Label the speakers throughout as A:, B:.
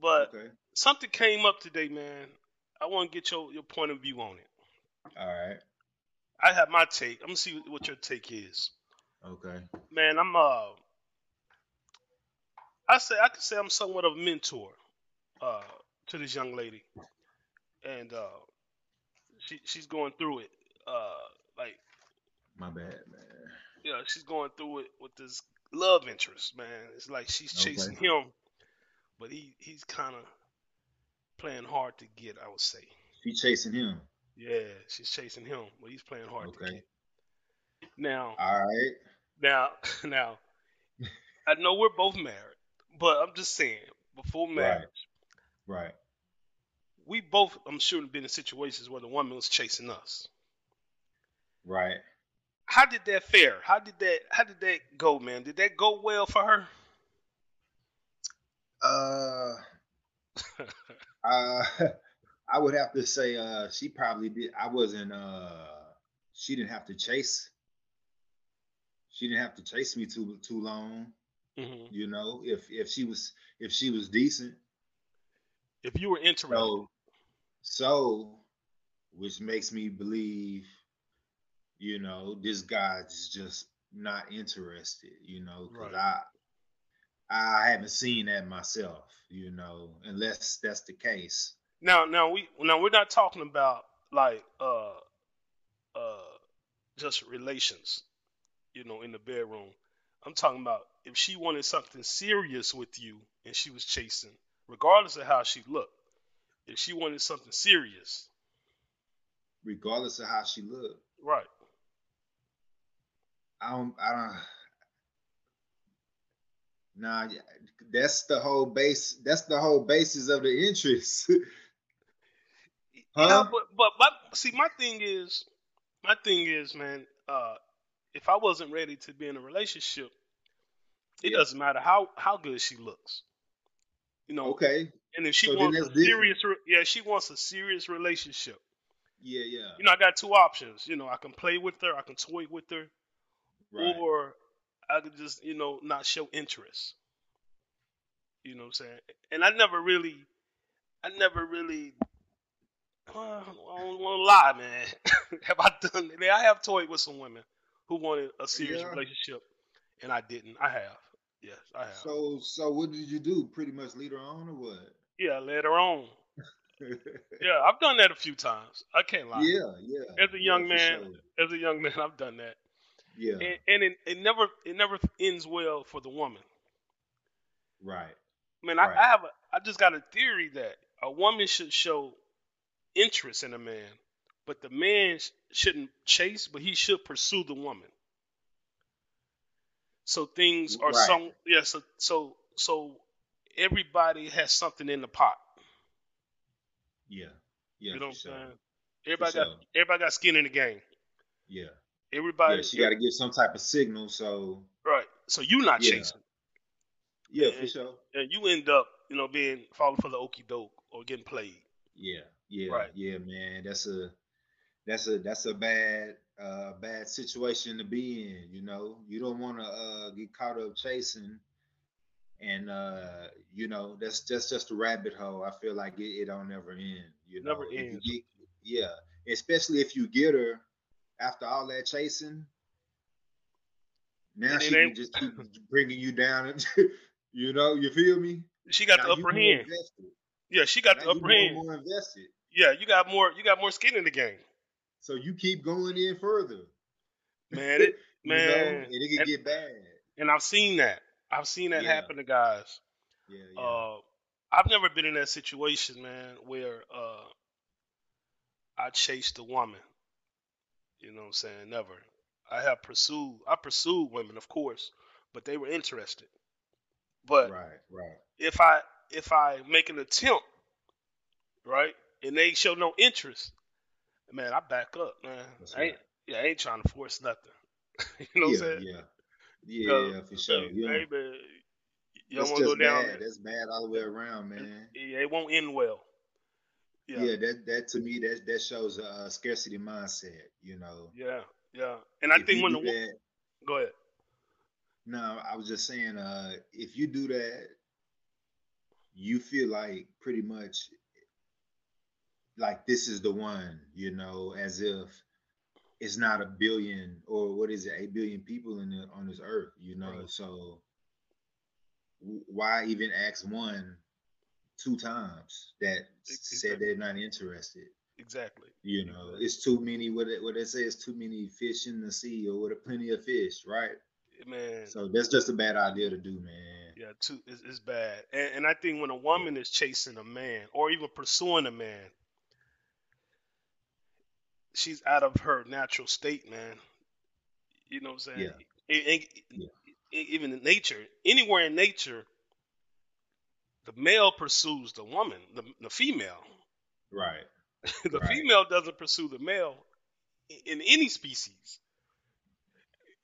A: But
B: Okay.
A: something came up today, man. I want to get your, your point of view on it.
B: All right.
A: I have my take. I'm gonna see what your take is.
B: Okay.
A: Man, I'm uh, I say I could say I'm somewhat of a mentor uh, to this young lady, and uh, she she's going through it. Uh, like
B: My bad, man.
A: you know, she's going through it with this love interest, man. It's like she's
B: Okay.
A: chasing him, but he he's kind of playing hard to get. I would say.
B: She chasing him.
A: Yeah, she's chasing him, but he's playing hard to
B: Okay.
A: get. Now,
B: All right.
A: now, now, I know we're both married, but I'm just saying, before marriage,
B: Right.
A: we both, I'm sure, have been in situations where the woman was chasing us.
B: Right.
A: How did that fare? How did that? How did that go, man? Did that go well for her?
B: Uh, uh, I would have to say, uh, she probably did. I wasn't. Uh, she didn't have to chase. She didn't have to chase me too too long.
A: hmm
B: You know, if if she was if she was decent.
A: If you were interested,
B: So, so, which makes me believe, you know, this guy's just not interested, you know, because
A: Right.
B: I, I haven't seen that myself, you know, unless that's the case.
A: Now, now we now we're not talking about like uh uh just relations, you know, in the bedroom. I'm talking about if she wanted something serious with you and she was chasing, regardless of how she looked. If she wanted something serious,
B: Regardless of how she looked,
A: right?
B: I don't, I don't. Nah, yeah, that's the whole base. That's the whole basis of the interest.
A: Yeah,
B: Huh?
A: but, but but see, my thing is, my thing is, man, uh, if I wasn't ready to be in a relationship, it
B: Yeah.
A: doesn't matter how how good she looks. You know,
B: okay.
A: And if she
B: So then
A: wants
B: that's
A: a
B: different.
A: serious, re- yeah, she wants a serious relationship.
B: Yeah, yeah.
A: You know, I got two options. You know, I can play with her, I can toy with her,
B: Right.
A: or I could just, you know, not show interest. You know what I'm saying? And I never really, I never really, well, I don't want to lie, man. have I done? I, mean, I have toyed with some women who wanted a serious
B: Yeah.
A: relationship, and I didn't. I have. Yes, I have.
B: So, so what did you do? Pretty much lead her on, or what?
A: yeah, later on. Yeah, I've done that a few times. I can't lie.
B: yeah, yeah.
A: As a young
B: yeah,
A: man,
B: for sure.
A: as a young man, I've done that,
B: Yeah,
A: and, and it, it never it never ends well for the woman.
B: right.
A: I mean, I,
B: Right.
A: I have a I just got a theory that a woman should show interest in a man, but the man sh- shouldn't chase, but he should pursue the woman. So things are
B: Right.
A: some yeah. So so so everybody has something in the pot.
B: Yeah, yeah.
A: you know
B: for
A: what I'm
B: sure.
A: saying?
B: For
A: Everybody got
B: sure.
A: everybody got skin in the game.
B: Yeah,
A: Everybody
B: yeah. She got to give some type of signal. So,
A: right. So you not
B: Yeah.
A: chasing.
B: yeah,
A: Yeah.
B: for sure.
A: and you end up, you know, being falling for the okey doke or getting played.
B: Yeah, yeah,
A: Right.
B: yeah, man. That's a, that's a, that's a bad, uh, bad situation to be in. You know, you don't want to uh, get caught up chasing, and uh, you know, that's that's just a rabbit hole. I feel like it, it don't never end. You know,
A: Never
B: If you
A: ends.
B: get- yeah, especially if you get her after all that chasing. Now
A: And it
B: she can
A: ain't-
B: just keep bringing you down, and you know, you feel me?
A: She got
B: Now
A: the
B: you
A: upper
B: more
A: hand.
B: invested.
A: Yeah, she got
B: Now
A: the
B: you
A: upper
B: more and
A: hand.
B: more invested.
A: Yeah, you got more. You got more skin in the game,
B: So you keep going in further,
A: man. It,
B: you know,
A: man,
B: and it can
A: and-
B: get bad.
A: and I've seen that. I've seen that
B: Yeah.
A: happen to guys.
B: Yeah, yeah,
A: Uh, I've never been in that situation, man, where uh, I chased a woman. You know what I'm saying? Never. I have pursued. I pursued women, of course, but they were interested. But
B: right, right,
A: if I if I make an attempt, right, and they show no interest, man, I back up, man.
B: That's
A: I ain't,
B: right.
A: yeah, I ain't trying to force nothing. you know what
B: yeah,
A: I'm saying?
B: yeah, yeah, yeah, for sure.
A: Hey,
B: Yeah,
A: hey, man, you
B: that's
A: don't want to go
B: just
A: down
B: bad.
A: there.
B: That's bad all the way around, man.
A: Yeah, it won't end well.
B: Yeah,
A: Yeah,
B: that that to me that that shows a, uh scarcity mindset. You know,
A: yeah, yeah. And I
B: If
A: think
B: you
A: when the
B: do
A: wo-
B: that,
A: go ahead,
B: no, I was just saying, uh, if you do that you feel like pretty much like this is the one, you know, as if it's not a billion or what is it, eight billion people in the, on this earth, you know.
A: Right.
B: So w- why even ask one two times that said
A: E-, Exactly.
B: they're not interested?
A: Exactly.
B: You know, it's too many. What they, what they say is too many fish in the sea, or what a plenty of fish, right?
A: Man,
B: So that's just a bad idea to do, man.
A: yeah, too it's, it's bad. And, and I think when a woman is chasing a man or even pursuing a man, she's out of her natural state, man. You know what I'm saying?
B: Yeah.
A: E- e-
B: Yeah.
A: e- Even in nature, anywhere in nature, the male pursues the woman, the, the female.
B: Right.
A: the
B: Right.
A: female doesn't pursue the male i- in any species.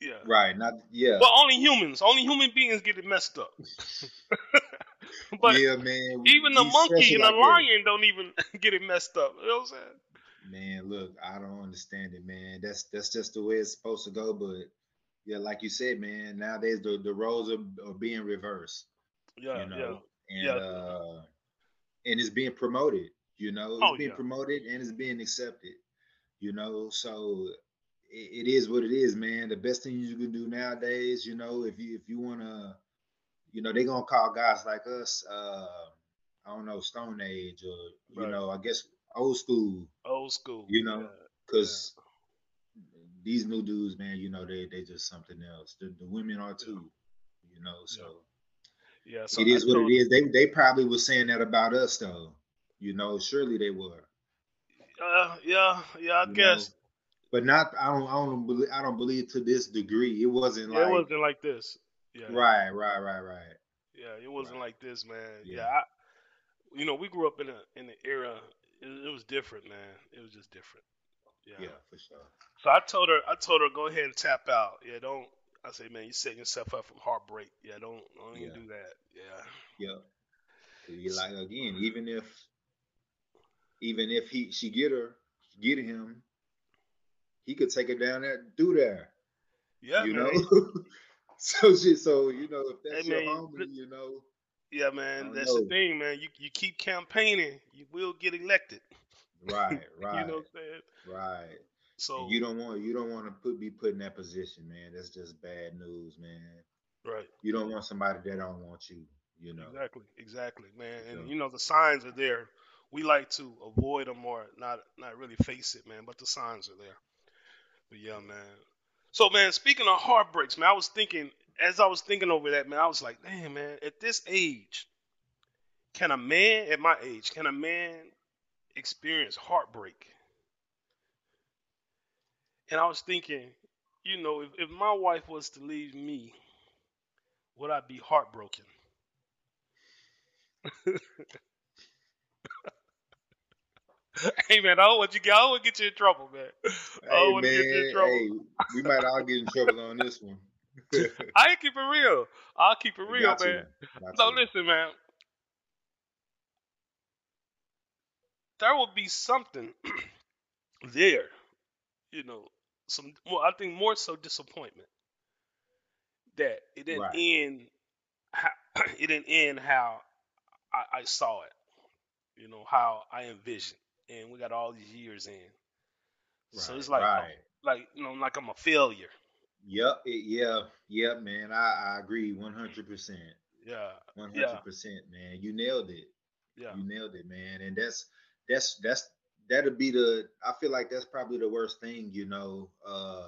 A: Yeah.
B: Right. Not yeah.
A: But only humans, only human beings get it messed up. but
B: yeah, man.
A: even the
B: we
A: monkey
B: special
A: and the
B: like that.
A: lion don't even get it messed up. You know what I'm saying?
B: Man, look, I don't understand it, man. That's that's just the way it's supposed to go. But yeah, like you said, man, nowadays the, the roles are, are being reversed,
A: Yeah,
B: you know, and
A: yeah.
B: uh, and it's being promoted, you know, it's
A: Oh,
B: being
A: yeah.
B: promoted and it's being accepted, you know. So it, it is what it is, man. The best thing you can do nowadays, you know, if you if you wanna, you know, they're gonna call guys like us, uh, I don't know, Stone Age or
A: Right.
B: you know, I guess old school
A: yeah. Old school.
B: You know,
A: yeah.
B: because these new dudes, man, you know, they they just something else. The, the women are too, you know. So
A: Yeah, so
B: it
A: I
B: is what
A: told-
B: it is. They they probably were saying that about us though, you know. Surely they were.
A: Uh, yeah, yeah, I
B: you
A: guess
B: know. But not I don't I don't believe I don't believe to this degree. It wasn't
A: Yeah,
B: like
A: it wasn't like this. Yeah,
B: right, right, right, right.
A: yeah, it wasn't
B: Right.
A: like this, man. Yeah,
B: Yeah.
A: I, you know, we grew up in a in an era. It, it was different, man. It was just different.
B: Yeah, for sure.
A: So I told her, I told her, go ahead and tap out. Yeah, don't. I say, man, you setting yourself up from heartbreak. Yeah, don't, don't even
B: Yeah.
A: do that. Yeah,
B: Yeah. 'Cause you like again, even if even if he she get her, get him, he could take her down there, do there.
A: yeah,
B: you
A: man.
B: know. so shit. So you know, if that's
A: Hey,
B: your
A: man, you
B: homie,
A: put-
B: you know,
A: Yeah,
B: I
A: man.
B: don't
A: That's the
B: know.
A: thing, man. You you keep campaigning, you will get elected.
B: right, right,
A: You know what I'm saying?
B: right.
A: So
B: And you don't want you don't want to put be put in that position, man. That's just bad news, man.
A: right,
B: You don't want somebody that don't want you, you know.
A: exactly, exactly, man. And
B: Yeah.
A: you know the signs are there. We like to avoid them or not not really face it, man. But the signs are there. But yeah, man. So man, speaking of heartbreaks, man, I was thinking as I was thinking over that, man, I was like, damn, man, at this age, can a man at my age, can a man experience heartbreak? And I was thinking, you know, if, if my wife was to leave me, would I be heartbroken? hey man, I don't want you I don't want to get you in trouble, man. I
B: Hey
A: don't want to get you in
B: man,
A: trouble.
B: hey, we might all get in trouble on this one.
A: I keep it real. I'll keep it
B: We
A: real,
B: got to,
A: man.
B: got
A: No,
B: to.
A: listen, man. There will be something there, you know, some well, I think more so disappointment that it didn't
B: Right.
A: end how, it didn't end how I, I saw it, you know, how I envisioned. And we got all these years in. So
B: Right,
A: it's like
B: right.
A: like you know, like I'm a failure.
B: Yep, it, yeah, yeah, man. I, I agree one hundred percent.
A: Yeah.
B: One
A: Yeah.
B: hundred percent, man. You nailed it.
A: Yeah.
B: You nailed it, man. And that's that's that's that'll be the I feel like that's probably the worst thing, you know, uh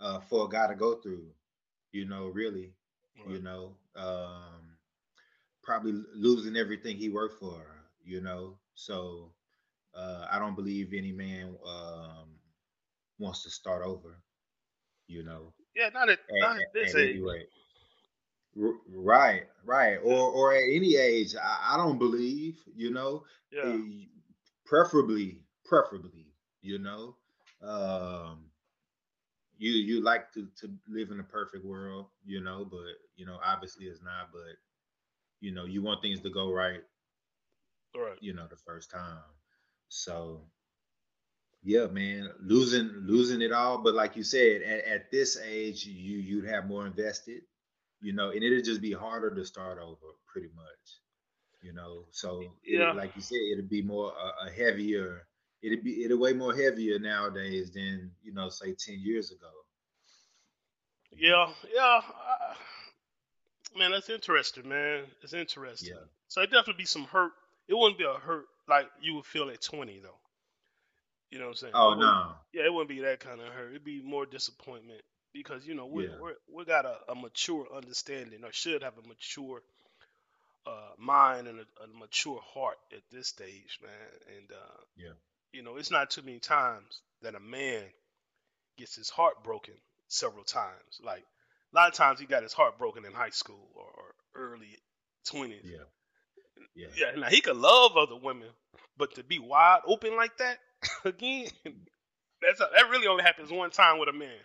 B: uh for a guy to go through, you know, really, you
A: Right.
B: know. Um probably losing everything he worked for, you know. So uh I don't believe any man um wants to start over, you know.
A: Yeah, not at
B: At,
A: not
B: at,
A: at this
B: at any
A: age.
B: rate. R- Right, right, or or at any age, I, I don't believe, you know,
A: Yeah.
B: eh, preferably, preferably, you know, um, you you like to to live in a perfect world, you know, but you know, obviously it's not, but you know, you want things to go right,
A: All right.
B: you know, the first time, so yeah, man, losing losing it all, but like you said, at, at this age, you you'd have more invested, you know, and it'll just be harder to start over, pretty much. you know. So
A: Yeah.
B: it, like you said, it'll be more uh, a, a heavier. It'll be it'll way more heavier nowadays than you know, say ten years ago.
A: Yeah, yeah. I, man, that's interesting, man. It's interesting.
B: Yeah.
A: So it definitely be some hurt. It wouldn't be a hurt like you would feel at 20 though. You know what I'm saying?
B: Oh
A: It wouldn't-
B: no.
A: Yeah, it wouldn't be that kind of hurt. It'd be more disappointment because you know we
B: Yeah.
A: we're, we got a, a mature understanding or should have a mature uh, mind and a, a mature heart at this stage, man. And uh,
B: Yeah.
A: you know, it's not too many times that a man gets his heart broken several times. Like a lot of times he got his heart broken in high school or, or early twenties.
B: Yeah. Yeah.
A: Yeah, now he could love other women, but to be wide open like that again, that's a, that really only happens one time with a man.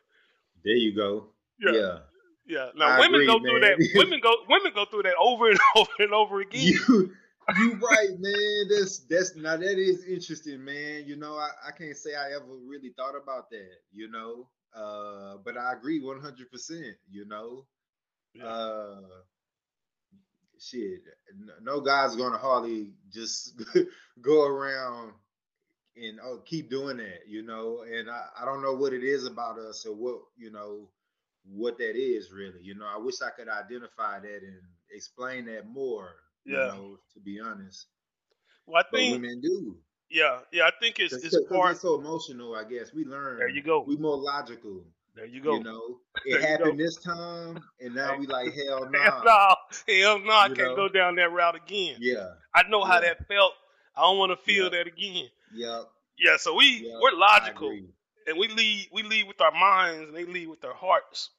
B: There you go. Yeah.
A: yeah. Now
B: I
A: women
B: agree,
A: go through
B: man.
A: that. Women go women go through that over and over and over again.
B: You you right, man. That's that's now that is interesting, man. You know, I, I can't say I ever really thought about that, you know. Uh, but I agree 100 percent you know.
A: Yeah.
B: Uh shit. n- No guy's gonna hardly just go around and oh, keep doing that, you know. And I, I don't know what it is about us or what, you know, what that is really. You know, I wish I could identify that and explain that more,
A: Yeah.
B: you know, to be honest.
A: well, I
B: But
A: think
B: women do.
A: yeah, yeah. I think it's
B: Because
A: it's part.
B: it's so emotional, I guess. We learn.
A: There you go.
B: We more logical.
A: There you go.
B: You know,
A: There
B: it
A: you
B: happened this time, and now
A: Hey.
B: we like hell no.
A: Hell no, hell no, I
B: You
A: can't
B: know?
A: go down that route again.
B: Yeah,
A: I know how
B: Yeah.
A: that felt. I don't want to feel
B: Yeah.
A: that again.
B: yeah.
A: Yeah, so we
B: Yeah,
A: we're
B: I
A: logical
B: agree.
A: and we lead we lead with our minds and they lead with their hearts.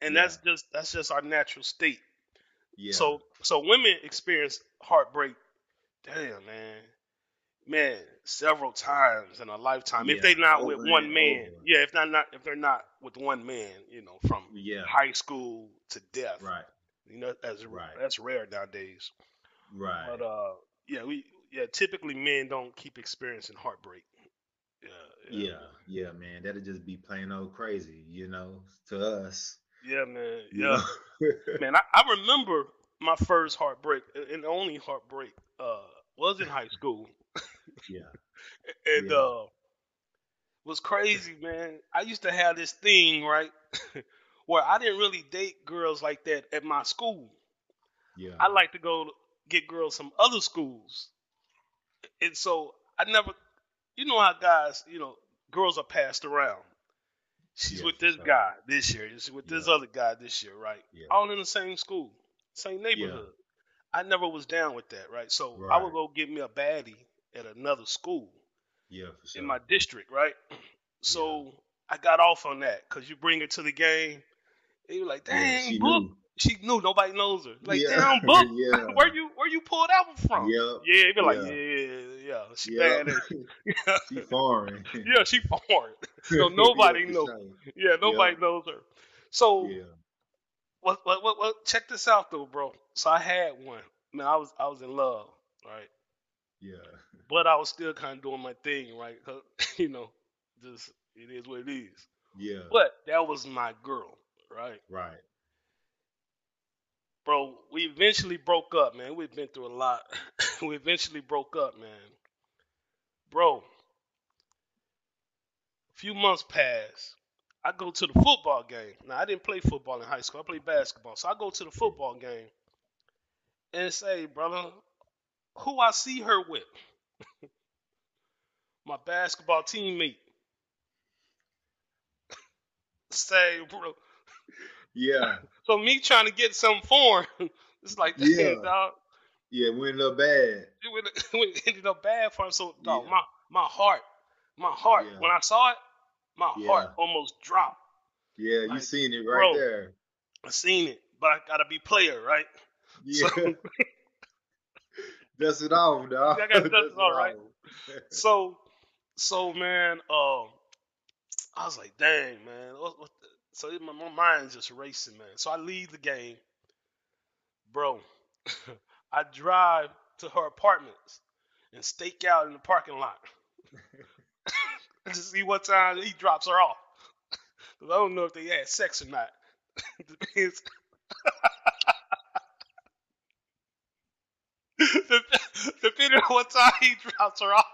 A: And
B: Yeah.
A: that's just that's just our natural state.
B: Yeah.
A: So so women experience heartbreak. Damn man, man, several times in a lifetime.
B: Yeah,
A: If they're not with
B: over
A: one
B: and
A: man,
B: over.
A: yeah. If not not if they're not with one man, you know, from
B: yeah,
A: high school to death.
B: right,
A: You know, that's
B: Right.
A: that's rare nowadays.
B: right.
A: But uh, yeah, we yeah typically men don't keep experiencing heartbreak. Yeah,
B: yeah, yeah, man. That'd just be plain old crazy, you know, to us.
A: yeah, man,
B: you
A: yeah,
B: know?
A: man. I, I remember my first heartbreak and- and the only heartbreak uh was in high school,
B: yeah,
A: and
B: Yeah.
A: uh, was crazy, man. I used to have this thing right where I didn't really date girls like that at my school.
B: yeah.
A: I like to go get girls from other schools. And so I never, you know how guys, you know, girls are passed around. She's
B: Yeah,
A: with
B: for
A: this
B: sure.
A: guy this year. She's with this
B: Yeah.
A: other guy this year, right?
B: Yeah.
A: All in the same school, same neighborhood. I never was down with that, right? So I
B: Right.
A: would go get me a baddie at another school
B: yeah, for sure.
A: in my district, right? So I got off on that because you bring her to the game. And you're like,
B: yeah,
A: dang,
B: she
A: Book.
B: knew.
A: She knew nobody knows her. Like,
B: yeah.
A: damn, Book
B: yeah,
A: where you where you pulled that one from?
B: Yep.
A: Yeah, it'd be like,
B: Yeah.
A: yeah, yeah, she
B: yeah.
A: bad as
B: she foreign.
A: yeah, she foreign. So
B: Yeah,
A: nobody
B: for
A: knows.
B: sure.
A: Yeah, nobody
B: Yeah.
A: knows her. So
B: Yeah,
A: what, what what what check this out though, bro. So I had one. Man, I was I was in love, right?
B: yeah,
A: But I was still kind of doing my thing, right? 'Cause, you know, just it is what it is.
B: yeah.
A: But that was my girl, right?
B: Right.
A: Bro, we eventually broke up, man. We've been through a lot. we eventually broke up, man. Bro, a few months pass. I go to the football game. Now, I didn't play football in high school. I played basketball. So I go to the football game and say, brother, who I see her with? My basketball teammate. say, bro.
B: Yeah,
A: So me trying to get something foreign, it's like, damn,
B: Yeah.
A: dog.
B: yeah. Went up bad.
A: it would, it would ended up bad for him. So dog,
B: Yeah.
A: my my heart, my heart.
B: Yeah.
A: When I saw it, my
B: Yeah.
A: heart almost dropped.
B: Yeah, you
A: Like,
B: seen it right
A: bro.
B: there.
A: I seen it, but I gotta be player, right?
B: Yeah,
A: So-
B: dust it off, dog.
A: I gotta dust it off, right?
B: off.
A: So, so man, um, I was like, dang, man. What, what the- So it, my, my mind's just racing, man. So I leave the game, bro. I drive to her apartments and stake out in the parking lot. Just see what time he drops her off. 'Cause I don't know if they had sex or not. Depends. depending on what time he drops her off.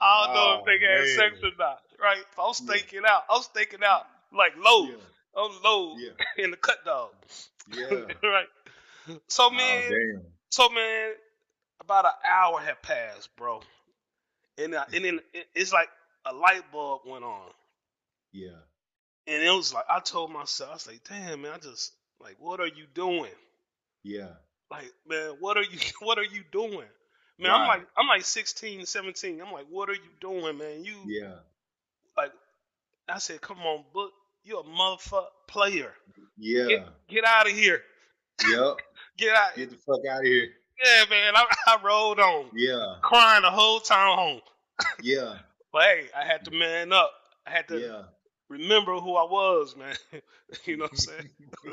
A: I don't know if
B: Oh,
A: they had
B: man.
A: sex or not, right? But I'm
B: Yeah.
A: staking out. I'm staking out like low.
B: Yeah,
A: I'm low
B: yeah,
A: in the cut dog,
B: yeah.
A: right? So man,
B: Oh, damn.
A: so man, about an hour had passed, bro, and I, and then it- it's like a light bulb went on,
B: Yeah,
A: and it was like I told myself, I was like, damn man, I just like, what are you doing?
B: yeah.
A: Like man, what are you what are you doing? Man, I'm
B: Right.
A: like I'm like 16, 17. I'm like, what are you doing, man? You
B: Yeah,
A: like I said, come on, book, you a motherfucker player.
B: yeah.
A: Get out of here.
B: Yep.
A: Get out.
B: Get the fuck out of here.
A: Yeah, man. I, I rolled on,
B: Yeah,
A: crying the whole time home.
B: yeah,
A: But hey, I had to man up. I had to
B: yeah.
A: remember who I was, man. you know what I'm saying?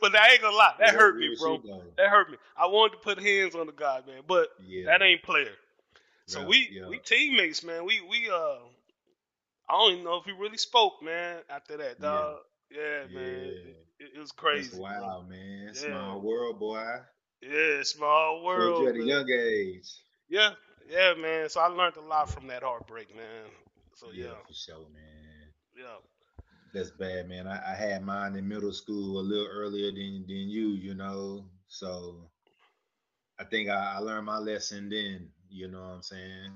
A: but that ain't gonna lie. That
B: Yeah,
A: hurt me,
B: real
A: bro.
B: shit, though.
A: That hurt me. I wanted to put hands on the guy, man, but
B: Yeah.
A: that ain't player. So
B: yeah,
A: we
B: yeah.
A: we teammates, man. We we uh, I don't even know if we really spoke, man. After that,
B: Yeah.
A: dog. Yeah, man. It, it was crazy.
B: That's
A: bro.
B: wild, man.
A: Yeah.
B: Small world, boy.
A: Yeah, small
B: Told you
A: world.
B: at a
A: man.
B: young age.
A: Yeah, yeah, man. So I learned a lot from that heartbreak, man. So yeah,
B: for sure, man.
A: yeah,
B: That's bad, man. I, I had mine in middle school a little earlier than than you, you know. So I think I, I learned my lesson then. You know what I'm saying?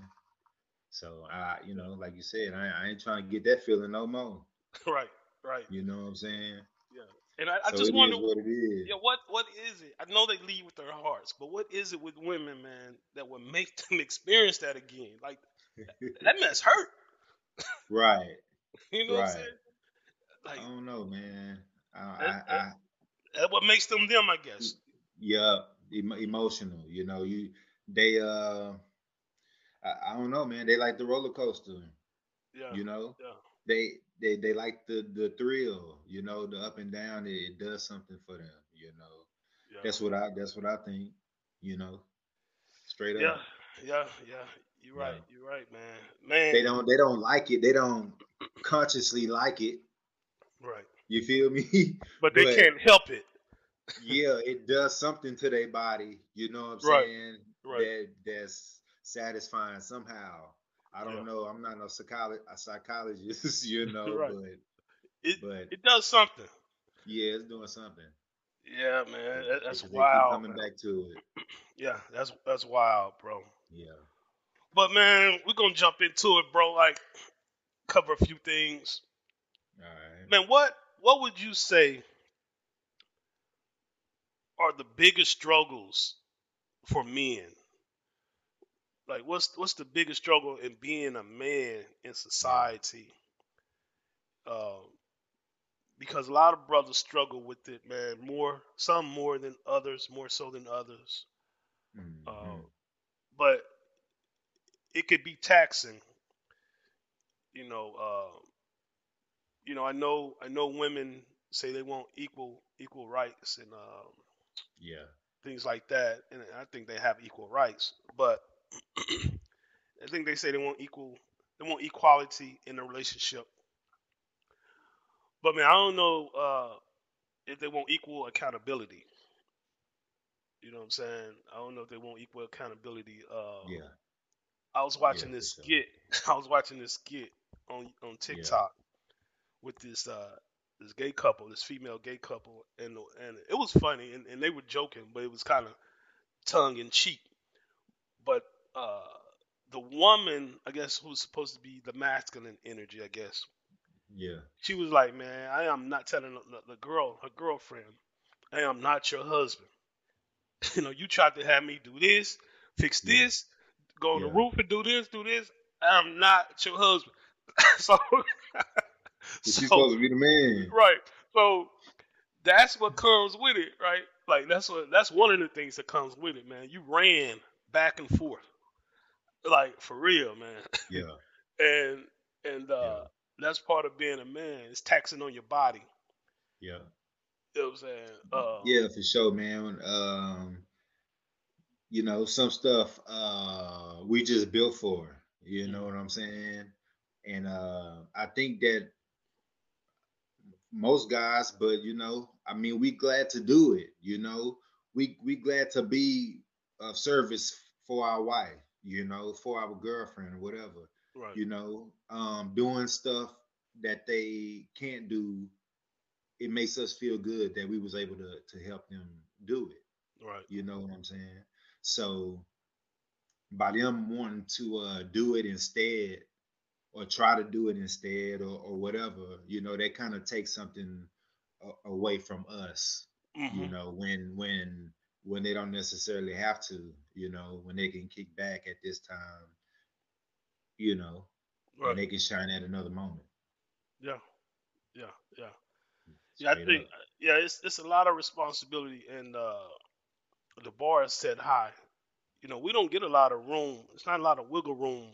B: So I, you know, like you said, I, I ain't trying to get that feeling no more.
A: right, right.
B: You know what I'm saying?
A: And I, I
B: so
A: just
B: it
A: wonder,
B: is what it is.
A: yeah, what what is it? I know they lead with their hearts, but what is it with women, man, that would make them experience that again? Like that mess hurt.
B: Right.
A: You know what I'm
B: Right. Um,
A: saying?
B: I
A: Like
B: don't know, man. I,
A: Uh,
B: I, I
A: that what makes them them, I guess.
B: yeah, em- emotional. You know, you they uh, I, I don't know, man. They like the roller coaster.
A: Yeah,
B: You know,
A: yeah.
B: they they they like the the thrill. You know, the up and down. It, it does something for them. You know,
A: yeah,
B: that's what I that's what I think. You know, straight up.
A: yeah, yeah, yeah. You're
B: Yeah.
A: right. You're right, man. Man,
B: They don't they don't like it. They don't consciously like it.
A: right.
B: You feel me?
A: But they
B: But-
A: can't help it.
B: yeah, it does something to their body. You know what I'm
A: Right,
B: saying?
A: Right.
B: That that's satisfying somehow. I don't
A: Yeah.
B: know. I'm not no psycholo- a psychologist, you know,
A: Right.
B: but
A: It
B: but
A: it does something.
B: yeah, it's doing something.
A: Yeah, man. That, that's
B: They keep
A: wild.
B: Coming
A: man.
B: back to it.
A: Yeah, that's that's wild, bro.
B: Yeah.
A: But man, we're gonna jump into it, bro. Like cover a few things.
B: All right.
A: Man, what what would you say are the biggest struggles for men? Like what's what's the biggest struggle in being a man in society? Um because a lot of brothers struggle with it, man. More, some more than others, more so than others.
B: Mhm.
A: Uh, But it could be taxing. You know, uh, you know. I know. I know. Women say they want equal equal rights and um,
B: yeah.
A: things like that, and I think they have equal rights. But I think they say they want equal. They want equality in a relationship. But man, I don't know uh, if they want equal accountability. You know what I'm saying? I don't know if they want equal accountability. Uh,
B: Yeah.
A: I was watching
B: for
A: this
B: sure.
A: skit. I was watching this skit on on TikTok with this uh this gay couple, this female gay couple, and and it was funny, and, and they were joking, but it was kind of tongue in cheek. But uh, the woman, I guess, who's supposed to be the masculine energy, I guess,
B: Yeah.
A: she was like, "Man, I am not telling the, the girl, her girlfriend, I am not your husband. You know, you tried to have me do this, fix
B: Yeah.
A: this, go on the
B: Yeah.
A: roof and do this, do this. I'm not your husband." so,
B: She's
A: so
B: supposed to be the man.
A: right, so that's what comes with it, right? Like that's what that's one of the things that comes with it, man. You ran back and forth, like for real, man
B: Yeah.
A: and and uh,
B: Yeah.
A: that's part of being a man. It's taxing on your body.
B: Yeah.
A: You know what I'm saying? Uh,
B: Yeah, for sure, man. Um, you know, some stuff uh we just built for. You know what I'm saying? And uh I think that most guys, but you know, I mean, we glad to do it. You know, we we glad to be of service for our wife, you know, for our girlfriend or whatever,
A: Right.
B: you know, um, doing stuff that they can't do. It makes us feel good that we was able to to help them do it.
A: Right.
B: You know what I'm saying? So by them wanting to uh, do it instead or try to do it instead or, or whatever, you know, that kind of takes something a- away from us,
A: hmm
B: you know, when when when they don't necessarily have to, you know, when they can kick back at this time, you know, and
A: Right.
B: they can shine at another moment.
A: Yeah. Yeah. Yeah. Yeah. I
B: Straight
A: think.
B: up.
A: Yeah. It's it's a lot of responsibility, and uh, the bar is set high. You know, we don't get a lot of room. It's not a lot of wiggle room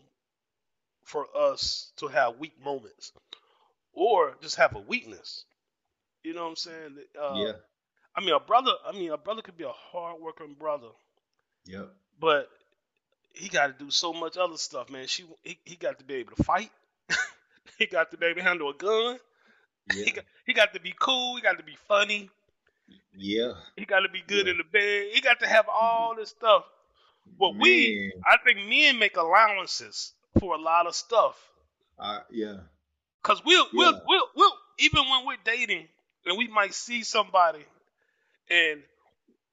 A: for us to have weak moments or just have a weakness. You know what I'm saying? Uh,
B: Yeah.
A: I mean, a brother. I mean, a brother could be a hard working brother, uh,
B: Yep.
A: but he got to do so much other stuff, man. She he, he got to be able to fight. He got to be able to handle a gun.
B: Yeah.
A: He got, he got to be cool. He got to be funny.
B: Yeah.
A: He got to be good
B: Yeah.
A: in the bed. He got to have all this stuff. But we,
B: Man.
A: I think men make allowances for a lot of stuff.
B: I, yeah.
A: Cause we'll,
B: Yeah.
A: we'll, we'll, we'll, even when we're dating and we might see somebody and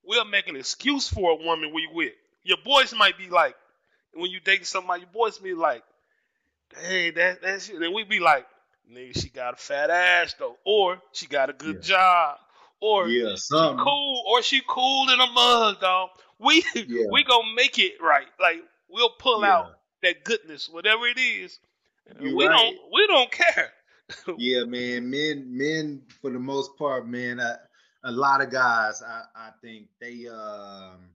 A: we'll make an excuse for a woman we with. Your boys might be like, when you date somebody, your boys be like, hey, that, that shit. And we be like, nigga, she got a fat ass though. Or she got a
B: Yeah.
A: good job. Or
B: Yeah.
A: she
B: Something.
A: cool or she cool in a mug, dog. We
B: Yeah.
A: we gonna make it right. Like we'll pull out
B: Yeah.
A: that goodness, whatever it is. And
B: You
A: we
B: right.
A: don't we don't care.
B: Yeah, man. Men, men for the most part, man. I, a lot of guys, I, I think they um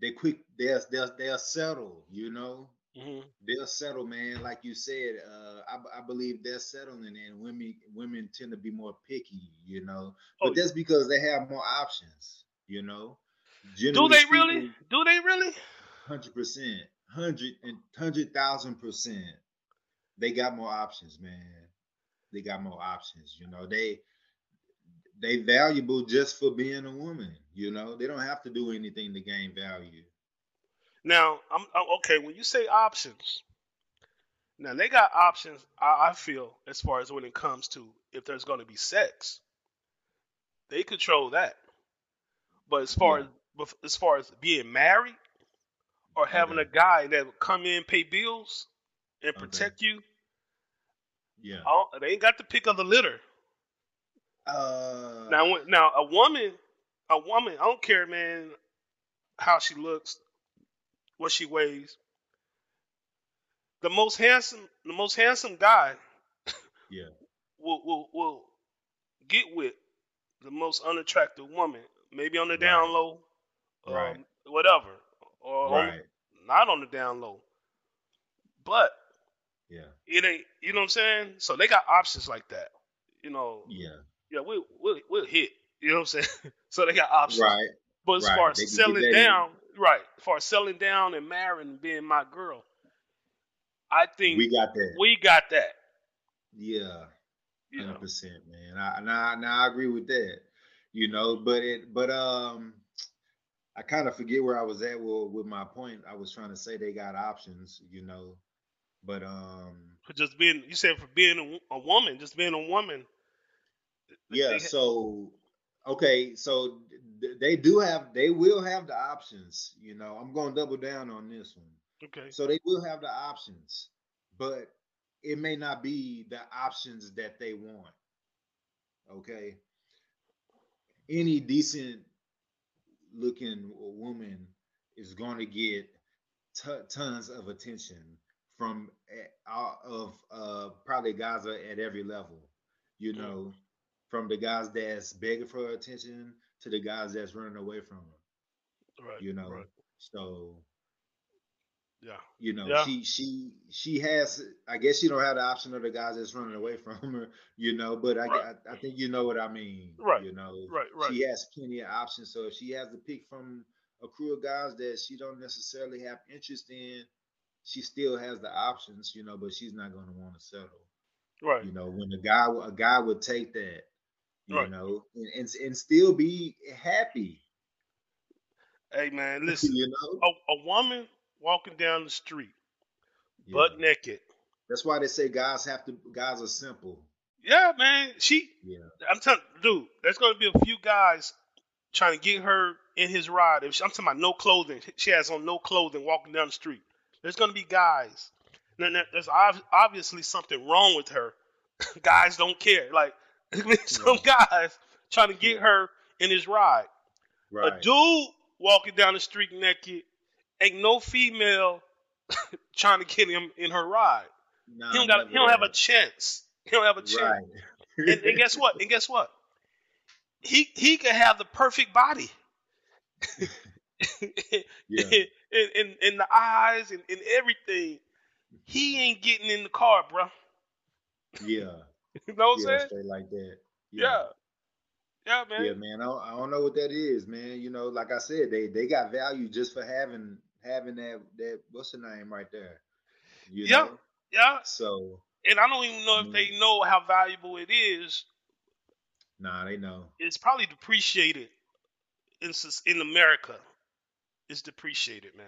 B: they quick they'll they'll they'll settle. You know,
A: hmm
B: they'll settle, man. Like you said, uh, I, I believe they're settling, and women women tend to be more picky. You know,
A: Oh,
B: but that's because they have more options. You know,
A: do
B: generally
A: they really?
B: speaking,
A: Do they really?
B: hundred percent, hundred and hundred thousand percent, they got more options, man. They got more options. You know, they they valuable just for being a woman. You know, they don't have to do anything to gain value.
A: Now I'm, I'm okay. When you say options, now they got options. I, I feel as far as when it comes to if there's gonna be sex, they control that. But as far
B: Yeah.
A: as bef- as far as being married or having
B: Okay.
A: a guy that will come in, pay bills, and
B: Okay.
A: protect you,
B: Yeah.
A: all, they ain't got the pick of the litter.
B: Uh.
A: Now, when, now a woman, a woman, I don't care, man, how she looks, what she weighs. The most handsome, the most handsome guy
B: Yeah.
A: will will, will get with the most unattractive woman, maybe on the down
B: Right.
A: low,
B: Right.
A: um, whatever, or on
B: Right.
A: not on the down low, but
B: Yeah.
A: it ain't. You know what I'm saying? So they got options like that. You know,
B: Yeah.
A: yeah, we'll we'll, we'll hit. You know what I'm saying? so they got options.
B: Right.
A: But as
B: Right.
A: far as
B: They can get
A: selling
B: that in.
A: down, right? As far as selling down and marrying and being my girl, I think
B: We got that.
A: we got that.
B: Yeah.
A: You
B: Hundred
A: know,
B: percent, man. I now now I agree with that. You know, but it but um I kind of forget where I was at with, with my point. I was trying to say they got options, you know, but um
A: for just being. You said for being a, wo- a woman, just being a woman. th-
B: Yeah,
A: They,
B: so okay, so th- they do have they will have the options, you know. I'm going to double down on this one.
A: okay.
B: So they will have the options, but it may not be the options that they want, okay? Any decent looking woman is going to get t- tons of attention from a- all of uh, probably guys are at every level. You
A: Mm,
B: know, from the guys that's begging for her attention to the guys that's running away from her.
A: right.
B: You know,
A: Right.
B: so
A: Yeah.
B: you know
A: Yeah.
B: she she she has. I guess she don't have the option of the guys that's running away from her. You know, but I
A: Right.
B: gue- I, I think you know what I mean.
A: Right.
B: You know,
A: Right. Right.
B: she has plenty of options. So if she has to pick from a crew of guys that she don't necessarily have interest in, she still has the options, you know, but she's not going to want to settle.
A: Right.
B: You know, when a guy a guy would take that, you
A: Right.
B: know, and, and and still be happy.
A: Hey man, listen.
B: you know,
A: A, a woman walking down the street,
B: Yeah.
A: butt naked.
B: that's why they say guys have to. Guys are simple.
A: Yeah, man. She.
B: Yeah.
A: I'm telling, dude. There's gonna be a few guys trying to get her in his ride. If she, I'm talking about no clothing, she has on no clothing walking down the street. There's gonna be guys. Now, now, There's ob- obviously something wrong with her. guys don't care. Like some guys trying to get
B: Yeah.
A: her in his ride.
B: Right.
A: A dude walking down the street naked, ain't no female trying to get him in her ride.
B: Nah,
A: He don't got. He don't have a chance. He don't have a chance.
B: Right.
A: And, and guess what? And guess what? He he could have the perfect body.
B: yeah.
A: in, in, in the eyes and in everything. He ain't getting in the car, bro.
B: Yeah.
A: You know what I'm
B: yeah.
A: saying?
B: Straight like that.
A: Yeah. Yeah, man.
B: Yeah, man. I don't, I don't know what that is, man. You know, like I said, they they got value just for having having that that what's the name right there. You
A: Yeah.
B: know?
A: Yeah.
B: So
A: And I don't even know if
B: Mm-hmm.
A: they know how valuable it is.
B: nah, they know.
A: It's probably depreciated in s- in America. It's depreciated, man.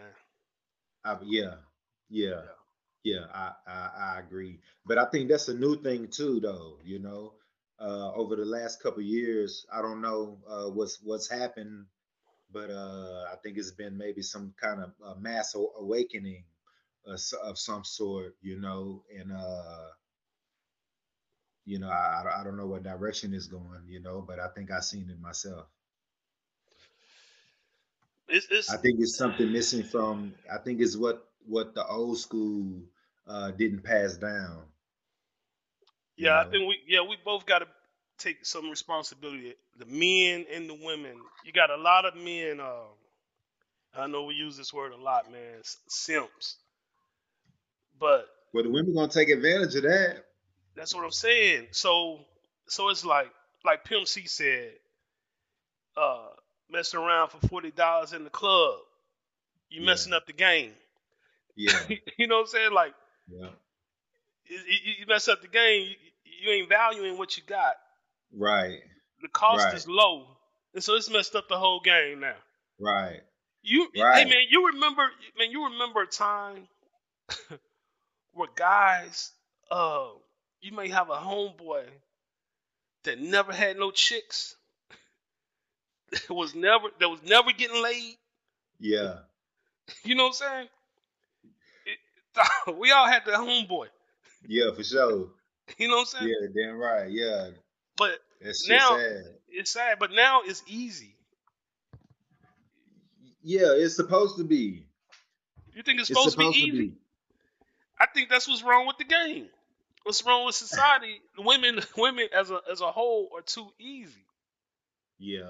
B: I, yeah, yeah, yeah. I, I I agree, but I think that's a new thing too, though. You know, uh, over the last couple of years, I don't know uh, what's what's happened, but uh, I think it's been maybe some kind of uh, mass a- awakening uh, s- of some sort. You know, and uh, you know, I I- I don't know what direction it's going. You know, but I think I seen it myself.
A: It's, it's
B: I think it's something missing from. I think it's what what the old school uh, didn't pass down. you
A: Yeah, I
B: know?
A: think we yeah we both got to take some responsibility. The men and the women. You got a lot of men. Um, I know we use this word a lot, man. s- Simps. But
B: Well, the women gonna take advantage of that.
A: that's what I'm saying. So so it's like like Pimp C said, uh, messing around for forty dollars in the club, you
B: Yeah.
A: messing up the game.
B: Yeah,
A: you know what I'm saying? Like
B: yeah,
A: you, you you mess up the game, you, you ain't valuing what you got.
B: right,
A: The cost
B: Right.
A: is low, and so it's messed up the whole game now.
B: right.
A: You, hey
B: Right.
A: man, you remember, man, you remember a time where guys, uh, you may have a homeboy that never had no chicks, that was never, that was never getting laid.
B: Yeah,
A: You know what I'm saying? It, we all had that homeboy.
B: yeah, for sure.
A: You know what I'm saying?
B: Yeah, damn right. Yeah,
A: But
B: that's
A: Now-
B: now, sad.
A: it's sad. But now it's easy.
B: Yeah, it's supposed to be.
A: You think it's
B: It's
A: supposed,
B: supposed
A: to be easy? I think that's what's wrong with the game. What's wrong with society? women, women as a as a whole are too easy.
B: Yeah,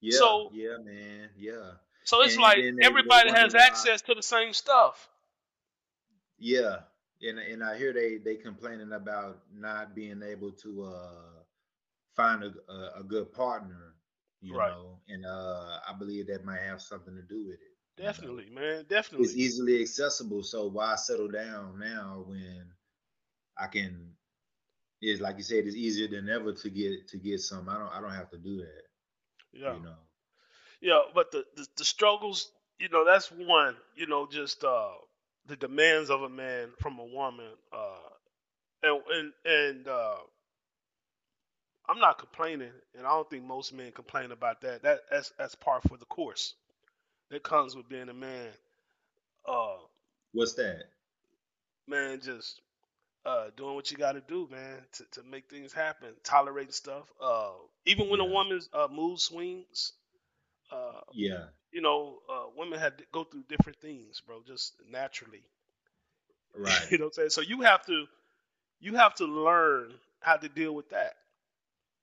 B: yeah,
A: So-
B: yeah, man. Yeah,
A: So it's
B: And
A: like
B: then they- they
A: everybody
B: wonder
A: has
B: why-
A: access to the same stuff.
B: yeah. And and I hear they they complaining about not being able to uh find a a, a good partner. You
A: Right.
B: know, and uh, I believe that might have something to do with it. you know?
A: Definitely, man.
B: it's
A: Definitely.
B: easily accessible. So why settle down now when I can? It's like you said, it's easier than ever to get to get some. I don't I don't have to do that.
A: Yeah.
B: You know.
A: Yeah. But the, the the struggles, you know, that's one. You know, just uh the demands of a man from a woman. Uh, and and and uh, I'm not complaining, and I don't think most men complain about that. That that's that's part for the course. That comes with being a man. Uh,
B: What's that?
A: man, just uh, doing what you got to do, man, to, to make things happen, tolerating stuff. Uh, even when a
B: Yeah.
A: woman's uh, mood swings, uh,
B: Yeah.
A: you know, uh, women had to go through different things, bro, just naturally. you
B: Right.
A: know what I'm saying? So you have to, you have to learn how to deal with that.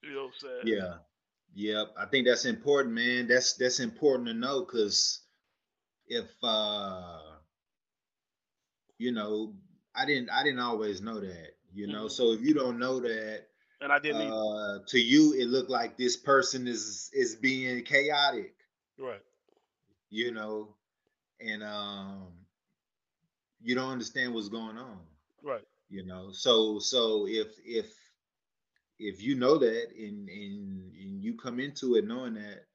A: You know what I'm saying?
B: yeah. Yep. I think that's important, man. That's that's important to know because if uh you know, I didn't I didn't always know that. You know,
A: Mhm.
B: so if you don't know that,
A: And I didn't either.
B: uh, to you it looked like this person is is being chaotic
A: Right.
B: you know and um you don't understand what's going on
A: Right.
B: you know so so if if if you know that and and, and you come into it knowing that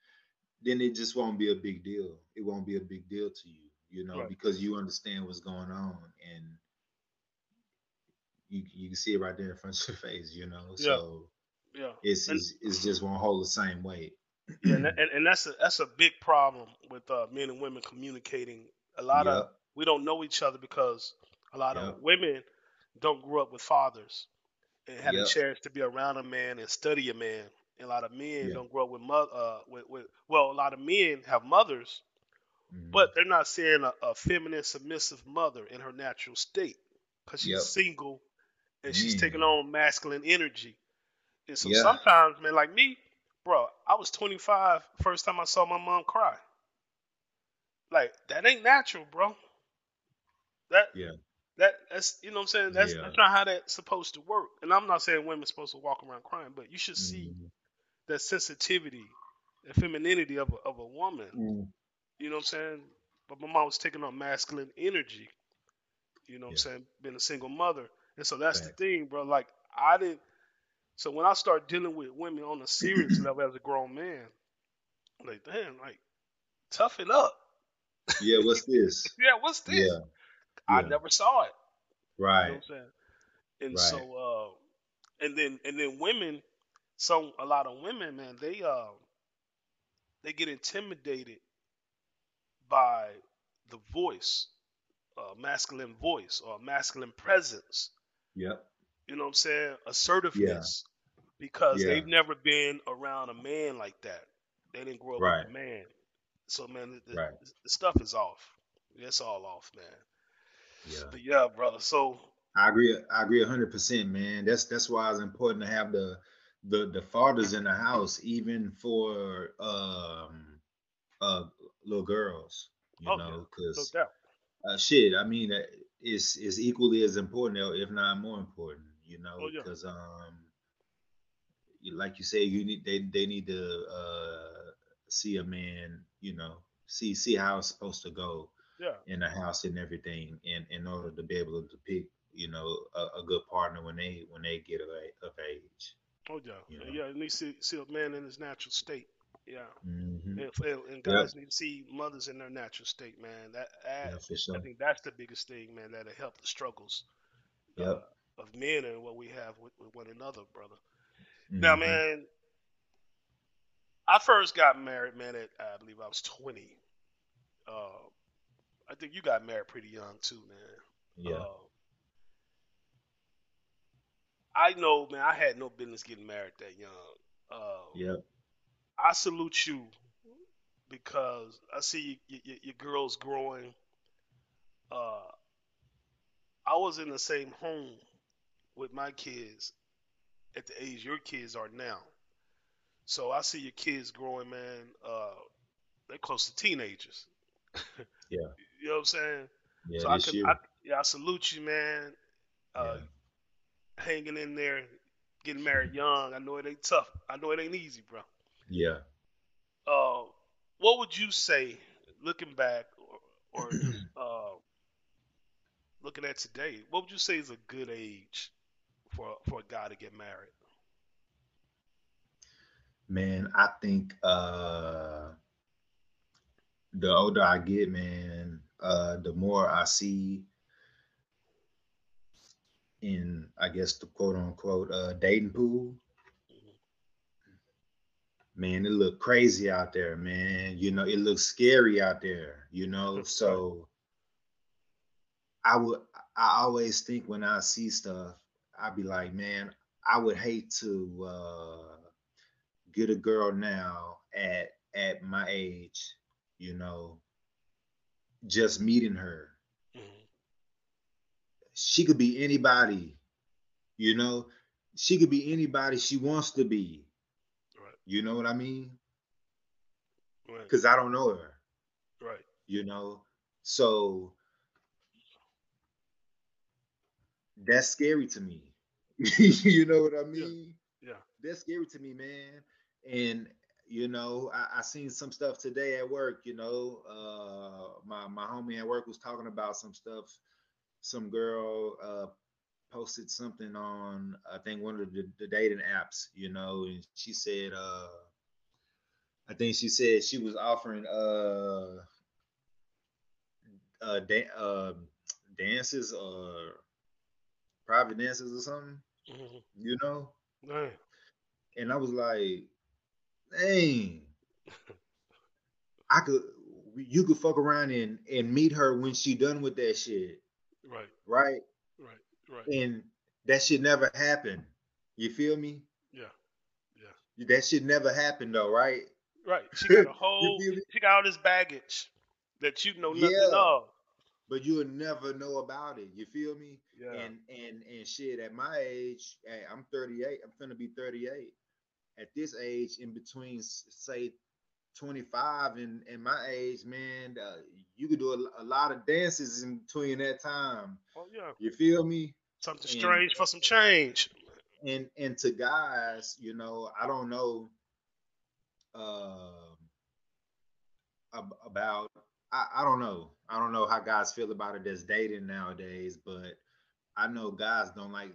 B: then it just won't be a big deal. It won't be a big deal to you, you know,
A: Right.
B: because you understand what's going on and you you can see it right there in front of your face, you know.
A: Yeah.
B: So
A: Yeah.
B: it's,
A: And-
B: it's it's just won't hold the same weight.
A: Yeah, and, and, and that's a that's a big problem with uh, men and women communicating. A lot of
B: Yup,
A: we don't know each other because a lot
B: Yep.
A: of women don't grow up with fathers and had
B: Yep.
A: a chance to be around a man and study a man. And a lot of men
B: Yeah.
A: don't grow up with mother. Uh, with, with well, a lot of men have mothers,
B: mhm,
A: but they're not seeing a, a feminine, submissive mother in her natural state because she's
B: Yep.
A: single and she's
B: Mm.
A: taking on masculine energy. And so
B: Yeah.
A: sometimes, man, like me, bro, I was 25 first time I saw my mom cry. Like that ain't natural, bro. That
B: Yeah.
A: That that's you know what I'm saying. That's
B: Yeah.
A: that's not how that's supposed to work. And I'm not saying women's supposed to walk around crying, but you should see
B: mhm,
A: that sensitivity, and femininity of a, of a woman.
B: mhm,
A: You know what I'm saying? But my mom was taking on masculine energy. You know what I'm
B: Yeah.
A: saying? Being a single mother. And so that's
B: Facts.
A: the thing, bro. Like I didn't so when I start dealing with women on a serious level as a grown man, I'm like, damn, like toughen up.
B: yeah, what's this?
A: Yeah, what's this?
B: Yeah,
A: I
B: yeah.
A: never saw it. You know
B: right.
A: what I'm saying? And
B: Right.
A: so uh and then and then women, some a lot of women, man, they uh they get intimidated by the voice, uh, masculine voice or masculine presence.
B: Yep.
A: You know what I'm saying? Assertiveness. Because
B: Yeah.
A: they've never been around a man like that. They didn't grow up
B: Right.
A: with a man. So man, the, the,
B: Right.
A: the stuff is off. It's all off, man.
B: Yeah.
A: But yeah, brother. So
B: I agree. I agree hundred percent, man. That's that's why it's important to have the the the fathers in the house, even for um uh little girls. You
A: Oh, yeah.
B: know,
A: no
B: because
A: doubt.
B: uh, shit. I mean, uh, it's it's equally as important, or if not more important. You know,
A: Oh, yeah.
B: because um, you- like you say, you need they they need to uh see a man. You know, see see how it's supposed to go
A: Yeah.
B: in the house and everything in in order to be able to pick you know a, a good partner when they when they get of, a- of age
A: Oh yeah.
B: You
A: Yeah.
B: know.
A: yeah. And they see, see a man in his natural state. Yeah.
B: hmm
A: And, and, and guys need to see mothers in their natural state, man. That, that
B: yeah for
A: I
B: sure
A: think that's the biggest thing, man, that'll help the struggles uh,
B: Yep.
A: of men and what we have with, with one another, brother. Now,
B: Mhm.
A: man, I first got married, man, at I believe I was 20. Uh, I think you got married pretty young, too, man.
B: Mm-hmm. yeah
A: Uh, I know, man, I had no business getting married that young. Uh,
B: yeah
A: I salute you because I see y y your girls growing. Uh, I was in the same home with my kids at the age your kids are now. So I see your kids growing, man. Uh, they're close to teenagers.
B: Yeah.
A: You know what I'm saying?
B: yeah
A: so I
B: this
A: could,
B: year
A: I, yeah, I salute you, man. Uh,
B: Yeah.
A: Hanging in there, getting married young. I know it ain't tough. I know it ain't easy, bro.
B: yeah
A: Uh, what would you say, looking back, or, or just, uh, looking at today? What would you say is a good age for for a guy to get married?
B: man i think uh the older i get man uh the more i see in i guess the quote unquote uh dating pool man, it look crazy out there, man. You know, it looks scary out there, you know.
A: Right.
B: So I would I always think when I see stuff, I'd be like, man, I would hate to uh get a girl now at at my age, you know, just meeting her.
A: Mm-hmm.
B: She could be anybody, you know, she could be anybody she wants to be.
A: Right.
B: You know what I mean?
A: Right.
B: Because I don't know her.
A: Right.
B: you know so that's scary to me you know what i mean
A: Yeah.
B: that's scary to me man and you know I, I seen some stuff today at work you know uh my my homie at work was talking about some stuff some girl uh posted something on i think one of the, the dating apps you know and she said uh I think she said she was offering uh uh, da- uh dances or private dances or something,
A: Mhm.
B: you know?
A: Damn.
B: And I was like, dang, I could you could fuck around and and meet her when she done with that shit,
A: Right.
B: right?
A: Right. Right.
B: And that shit never happened. You feel me?
A: Yeah.
B: Yeah. That shit never happened though, right?
A: Right. She got a
B: You
A: whole.
B: feel me?
A: She got all this baggage that you know nothing
B: Yeah.
A: of.
B: But you'll never know about it. You feel me?
A: Yeah.
B: And and and shit, at my age, hey, I'm 38. I'm gonna be 38. At this age, in between, s- say 25 and and my age, man, uh, you could do a, lo- a lot of dances in between that time.
A: oh yeah.
B: You feel me?
A: Something
B: And-
A: strange for some change.
B: And and to guys, you know, I don't know um ab- about. I, I don't know. I don't know how guys feel about it that's dating nowadays, but I know guys don't like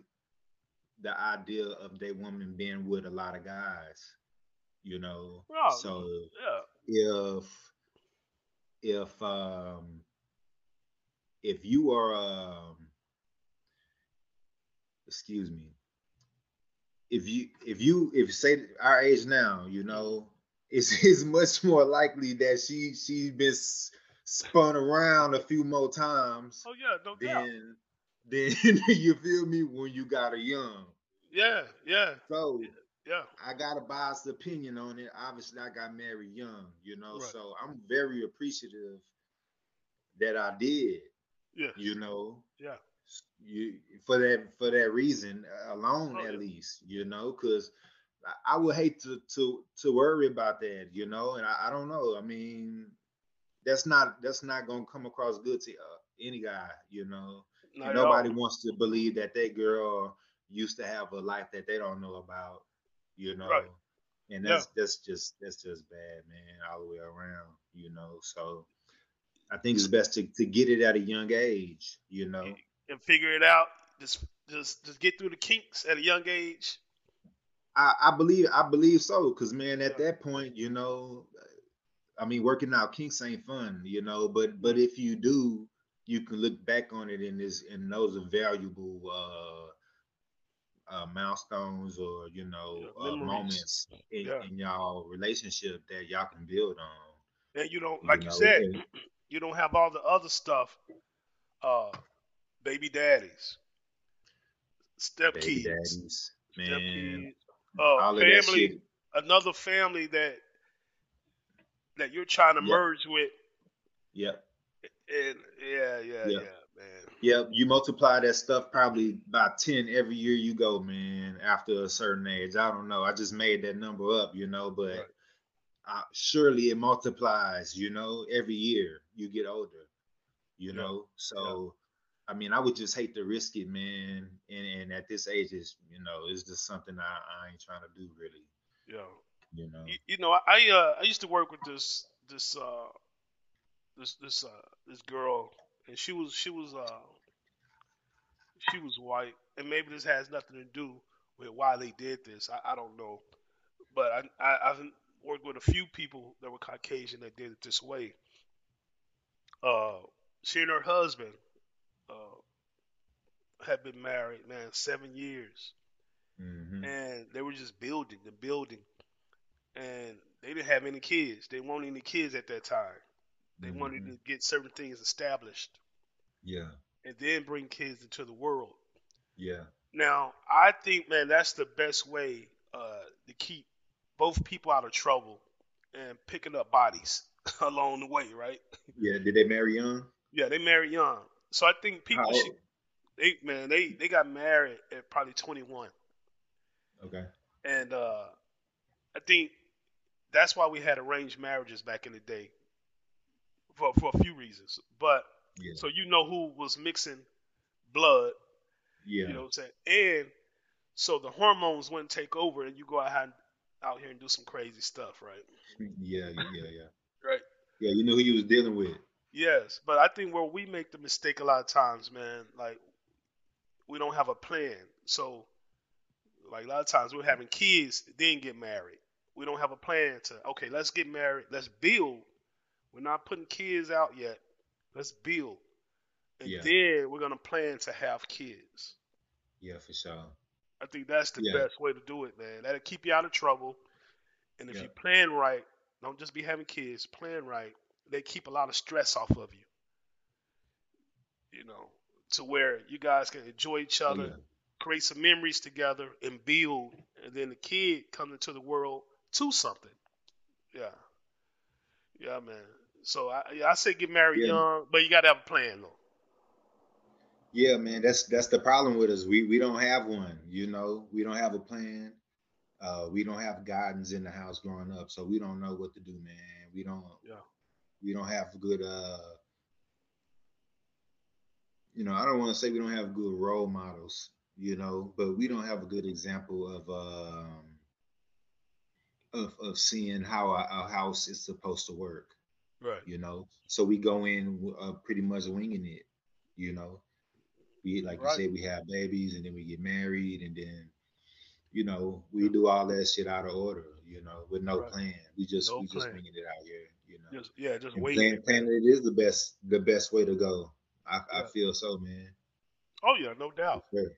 B: the idea of their woman being with a lot of guys, you know.
A: Oh,
B: So
A: Yeah.
B: if if um if you are um excuse me if you if you if say our age now you know it's it's much more likely that she she's been s- spun around a few more times
A: Oh yeah. No doubt.
B: than than you feel me when you got her young
A: Yeah. Yeah.
B: so
A: Yeah.
B: I got a biased opinion on it. Obviously, I got married young, you know,
A: Right.
B: so I'm very appreciative that I did,
A: Yeah.
B: you know.
A: Yeah.
B: You for that for that reason alone,
A: Oh,
B: at
A: yeah.
B: least, you know, because I, I would hate to to to worry about that, you know, and I, I don't know. I mean, that's not that's not gonna come across good to uh, any guy, you know.
A: Not
B: And
A: at all.
B: nobody wants to believe that that girl used to have a life that they don't know about, you know.
A: Right.
B: And
A: Yeah.
B: that's that's just that's just bad, man, all the way around, you know. So I think
A: Mm.
B: it's best to, to get it at a young age, you know.
A: and figure it out. Just just just get through the kinks at a young age.
B: I, I believe I believe so, cause man, at
A: Yeah.
B: that point, you know, I mean, working out kinks ain't fun, you know. But but if you do, you can look back on it and this and those are valuable uh uh, milestones or you know
A: Yeah,
B: uh,
A: memories.
B: moments in,
A: Yeah.
B: in y'all relationship that y'all can build on.
A: And you don't
B: you
A: like you
B: know,
A: said,
B: and-
A: you don't have all the other stuff, uh baby daddies, step
B: baby
A: kids,
B: daddies,
A: step
B: man,
A: kids, uh
B: all of that
A: family,
B: shit.
A: another family that that you're trying to
B: Yep.
A: merge with
B: Yep,
A: and yeah, yeah, yeah,
B: Yeah.
A: man.
B: yep. You multiply that stuff probably by ten every year you go, man. After a certain age, I don't know. I just made that number up, you know, but
A: Right.
B: I, surely it multiplies, you know, every year you get older. you
A: Yeah,
B: know. So, I mean, I would just hate to risk it, man. And, and at this age, is you know, it's just something I, I ain't trying to do, really.
A: Yeah.
B: You know,
A: you, you know, I uh, I used to work with this this uh this this uh this girl, and she was she was uh she was white, and maybe this has nothing to do with why they did this. I, I don't know, but I, I I've worked with a few people that were Caucasian that did it this way. Uh, she and her husband uh had been married, man, seven years,
B: hmm
A: and they were just building and building, and they didn't have any kids. They weren't any kids at that time. They wanted to get certain things established
B: Mm-hmm. yeah,
A: and then bring kids into the world.
B: yeah,
A: Now, I think, man, that's the best way uh, to keep both people out of trouble and picking up bodies along the way, right?
B: yeah. Did they marry young?
A: Yeah, they marry young. So I think
B: How
A: people should,
B: old?
A: they, man, they, they got married at probably 21.
B: Okay.
A: And uh, I think that's why we had arranged marriages back in the day for, for a few reasons. But
B: Yeah,
A: so you know who was mixing blood
B: yeah,
A: You know what I'm saying? And so the hormones wouldn't take over, and you go out and- out here and do some crazy stuff, right?
B: yeah, yeah, yeah.
A: Right.
B: Yeah, you knew who you was dealing with.
A: Yes, but I think where we make the mistake a lot of times, man, like we don't have a plan. So, like a lot of times we're having kids, then get married. we don't have a plan to okay, let's get married, let's build. We're not putting kids out yet. Let's build. And
B: Yeah.
A: then we're gonna plan to have kids.
B: Yeah, for sure.
A: I think that's the
B: Yeah.
A: best way to do it, man. That'll keep you out of trouble. And if
B: Yeah.
A: you plan right, don't just be having kids, plan right, they keep a lot of stress off of you. You know, to where you guys can enjoy each
B: Oh,
A: other,
B: yeah.
A: create some memories together and build and then the kid comes into the world to something yeah yeah man so i yeah, i say get married
B: Yeah.
A: young but you gotta have a plan though
B: Yeah, man, that's that's the problem with us. We we don't have one, you know. We don't have a plan. Uh, we don't have guidance in the house growing up, so we don't know what to do, man. We don't.
A: Yeah.
B: We don't have good. Uh, you know, I don't want to say we don't have good role models, you know, but we don't have a good example of um, of of seeing how a, a house is supposed to work
A: right
B: you know. So we go in uh, pretty much winging it, you know. We like
A: Right.
B: you said, we have babies, and then we get married, and then you know we do all that shit out of order, you know, with no
A: Right.
B: plan. We just
A: No
B: we just
A: plan.
B: winging it out here, you know.
A: just yeah just
B: And
A: waiting
B: plan, planning it is the best the best way to go. I, I
A: Yeah.
B: feel so, man.
A: oh yeah no doubt
B: Sure.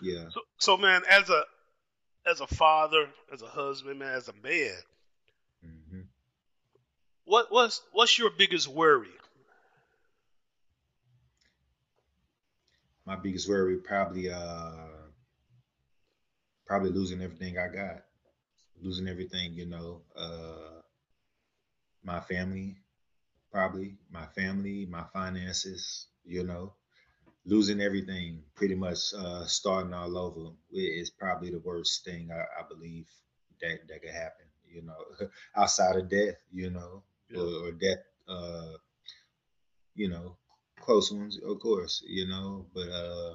B: Yeah,
A: so, so man as a as a father as a husband man as a man
B: hmm
A: what what's what's your biggest worry
B: my biggest worry probably uh probably losing everything I got, losing everything, you know, uh, my family, probably my family, my finances, you know, losing everything, pretty much uh, starting all over i- is probably the worst thing I, I believe that that could happen, you know, outside of death, you know, or, or death, uh, you know, close ones, of course, you know, but uh,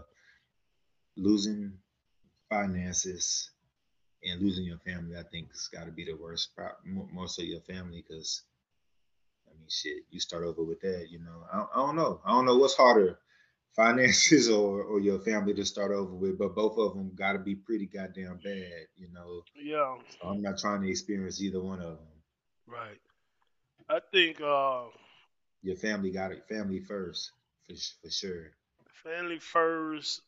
B: losing finances and losing your family, I think has got to be the worst. Pro- mo- more so your family, because I mean, shit, you start over with that. You know, I, I don't know. I don't know what's harder, finances or or your family to start over with. But both of them got to be pretty goddamn bad. You know,
A: yeah
B: so I'm not trying to experience either one of them.
A: right i think uh
B: Your family got it. Family first, for s- for sure.
A: family first.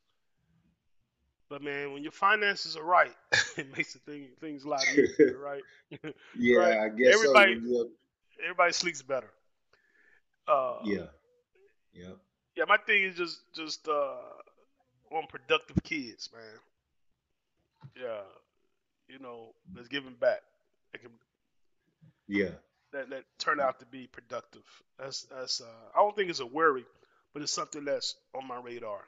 A: But man, when your finances are right, it makes the thing, things a lot easier, right?
B: Yeah,
A: Right.
B: I guess
A: Everybody-
B: so. Yep.
A: Everybody sleeps better. Uh,
B: Yeah. Yep.
A: yeah. My thing is just just uh, on productive kids, man. Yeah, you know, that's giving back. That can
B: Yeah.
A: that that turn out to be productive. That's that's. Uh, I don't think it's a worry, but it's something that's on my radar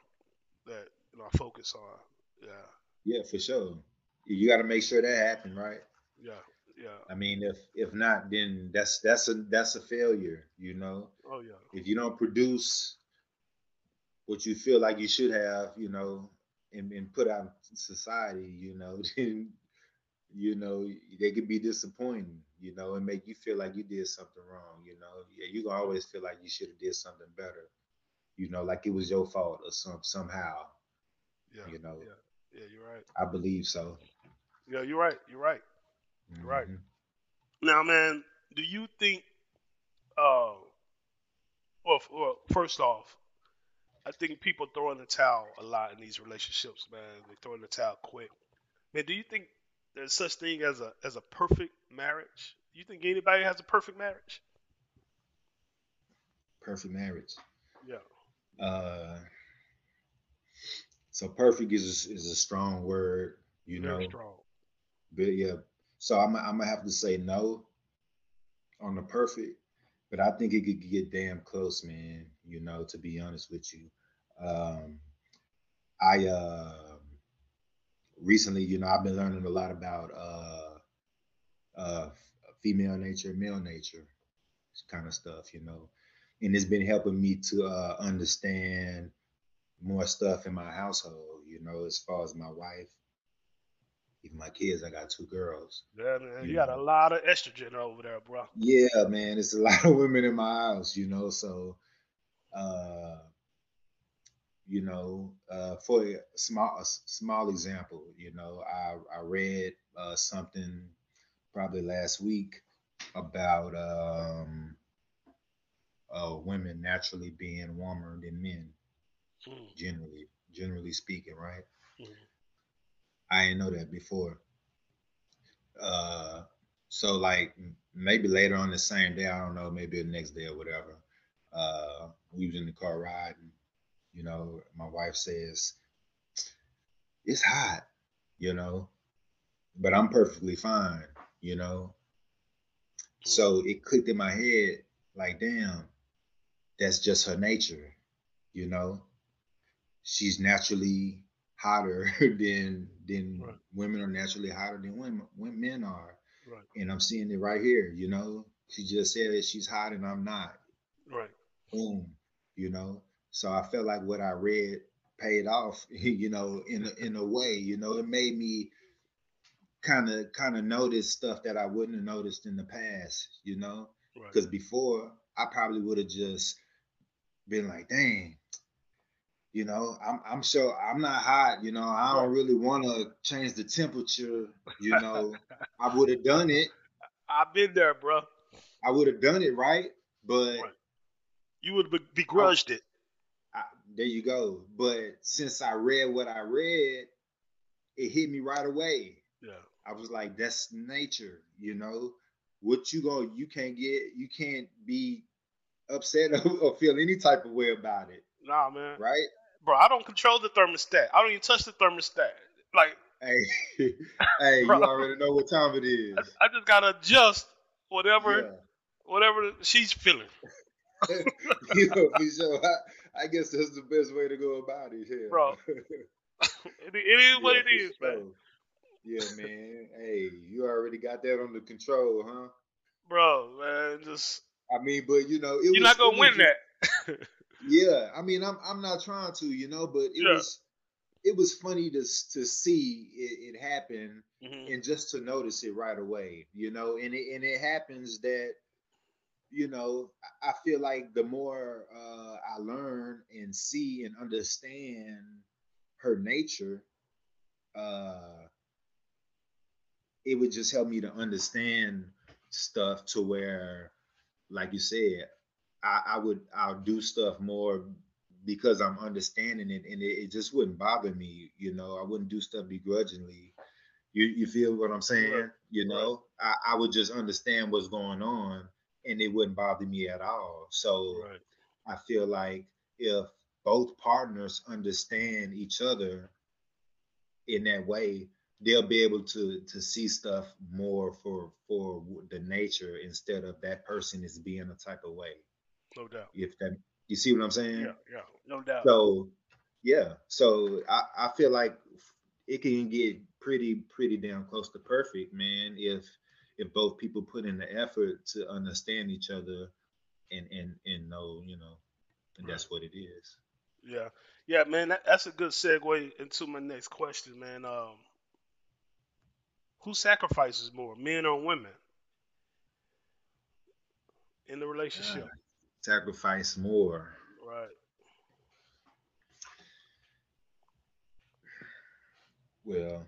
A: that you know I focus on. Yeah,
B: Yeah, for sure. You got to make sure that happen, right?
A: yeah, yeah.
B: I mean, if if not, then that's that's a that's a failure. You know,
A: Oh yeah.
B: if you don't produce what you feel like you should have, you know, and, and put out in society, you know, then you know they could be disappointing, you know, and make you feel like you did something wrong. You know, yeah, you can always feel like you should have did something better. You know, like it was your fault or some somehow.
A: Yeah.
B: You know.
A: Yeah, yeah you're right.
B: I believe so.
A: Yeah, you're right. You're right. Right.
B: Mhm.
A: Now, man, do you think? Uh, well, f- well, first off, I think people throw in the towel a lot in these relationships, man. They throw in the towel quick. Man, do you think there's such thing as a as a perfect marriage? Do you think anybody has a perfect marriage?
B: Perfect marriage.
A: Yeah.
B: Uh, so perfect is is a strong word, you know.
A: Very strong.
B: But yeah, so I'm I'm gonna have to say no on the perfect, but I think it could get damn close, man. You know, to be honest with you, um, I uh, recently, you know, I've been learning a lot about uh, uh, female nature, male nature, kind of stuff, you know, and it's been helping me to uh, understand more stuff in my household, you know, as far as my wife, even my kids. I got two girls.
A: Yeah, man. You
B: Yeah.
A: got a lot of estrogen over there, bro.
B: Yeah, man, it's a lot of women in my house, you know. So, uh, you know, uh, for a small a s- small example, you know, I I read uh, something probably last week about um, uh, women naturally being warmer than men,
A: Mm,
B: generally, generally speaking, right?
A: mm,
B: I didn't know that before. Uh, so like m- maybe later on the same day, I don't know, maybe the next day or whatever. Uh, we was in the car riding. You know, my wife says it's hot. You know, but I'm perfectly fine. You know, so it clicked in my head like, damn, that's just her nature. You know, she's naturally hotter than than
A: Right.
B: women are naturally hotter than women when men are.
A: Right.
B: And I'm seeing it right here, you know. She just said that she's hot and I'm not.
A: Right.
B: Boom. You know. So I felt like what I read paid off, you know, in a in a way, you know, it made me kind of kind of notice stuff that I wouldn't have noticed in the past, you know.
A: Right.
B: Because before, I probably would have just been like, "Dang, you know, I'm I'm sure I'm not hot. You know, I don't
A: Right.
B: really want to change the temperature. You know, I would have done it.
A: I've been there, bro.
B: I would have done it, right? But
A: Right. You would have begrudged it.
B: I, there you go. But since I read what I read, it hit me right away.
A: Yeah.
B: I was like, that's nature, you know. What you go, you can't get, you can't be upset or, or feel any type of way about it,
A: Nah, man.
B: right?
A: Bro, I don't control the thermostat. I don't even touch the thermostat. Like,
B: Hey, hey, you
A: Bro.
B: already know what time it is.
A: I just gotta adjust whatever
B: Yeah.
A: whatever she's feeling.
B: you know, for sure. I, I guess that's the best way to go about it, yeah.
A: Bro. It, it is what it is,
B: for
A: man.
B: sure. Yeah, man. Hey, you already got that under control, huh?
A: Bro, man, just
B: I mean, but you know, it was,
A: you're not
B: it
A: gonna
B: was
A: win that.
B: Yeah, I mean, I'm I'm not trying to, you know, but it
A: Yeah.
B: was it was funny to s- to see it, it happen
A: Mhm.
B: and just to notice it right away, you know, and it and it happens that you know I I feel like the more uh, I learn and see and understand her nature, uh, it would just help me to understand stuff to where, like you said, I, I would I'll do stuff more because I'm understanding it, and it, it just wouldn't bother me. You know, I wouldn't do stuff begrudgingly. You you feel what I'm saying?
A: Right,
B: You know, I, I would just understand what's going on, and it wouldn't bother me at all. So
A: Right.
B: I feel like if both partners understand each other in that way, they'll be able to to see stuff more for for w- the nature instead of that person is being a type of way.
A: No doubt.
B: If that you see what I'm saying?
A: Yeah, yeah, no doubt.
B: So yeah, so I I feel like it can get pretty pretty damn close to perfect, man. If if both people put in the effort to understand each other and and and know, you know, and that's what it is.
A: Yeah, yeah, man. That, that's a good segue into my next question, man. Um, who sacrifices more, men or women, in the relationship?
B: Ah, sacrifice more.
A: Right.
B: Well,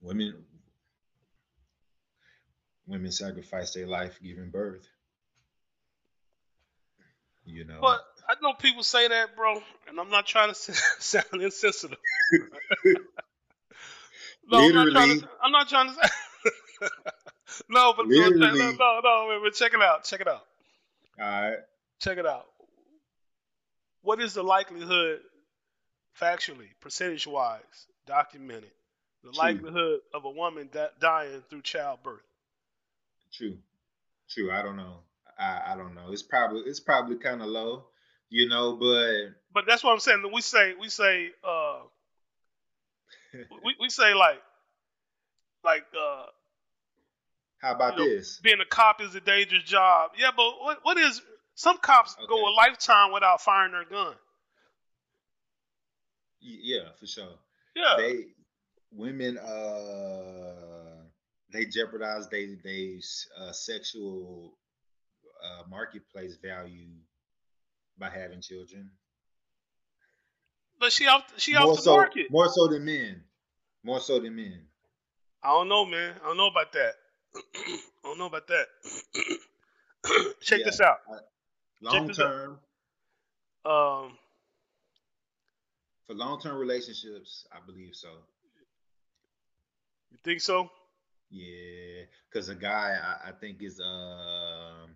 B: women women sacrifice their life giving birth. You know.
A: But I know people say that, bro, and I'm not trying to sound insensitive. No, I'm not trying to.
B: Literally.
A: I'm not trying to. no, but no, no,
B: Literally.
A: no, no. Wait, wait, check it out. Check it out.
B: All right.
A: Check it out. What is the likelihood, factually, percentage-wise, documented, the
B: True.
A: likelihood of a woman di- dying through childbirth?
B: True. True. I don't know. I, I don't know. It's probably it's probably kind of low, you know, but
A: But that's what I'm saying. We say we say uh, we, we say like like uh,
B: how about
A: You know,
B: this?
A: being a cop is a dangerous job. Yeah, but what what is some cops go a
B: Okay.
A: lifetime without firing their gun?
B: Y- Yeah, for sure.
A: Yeah,
B: They women uh they jeopardize they they uh, sexual uh, marketplace value by having children.
A: but she off she
B: more
A: off the
B: so
A: market.
B: more so than men. More so than men.
A: I don't know, man. I don't know about that. I don't know about that. Check
B: Yeah.
A: this out.
B: Long
A: this out.
B: term
A: Um,
B: for long term relationships, I believe so.
A: you think so?
B: Yeah, because a guy, I, I think is um,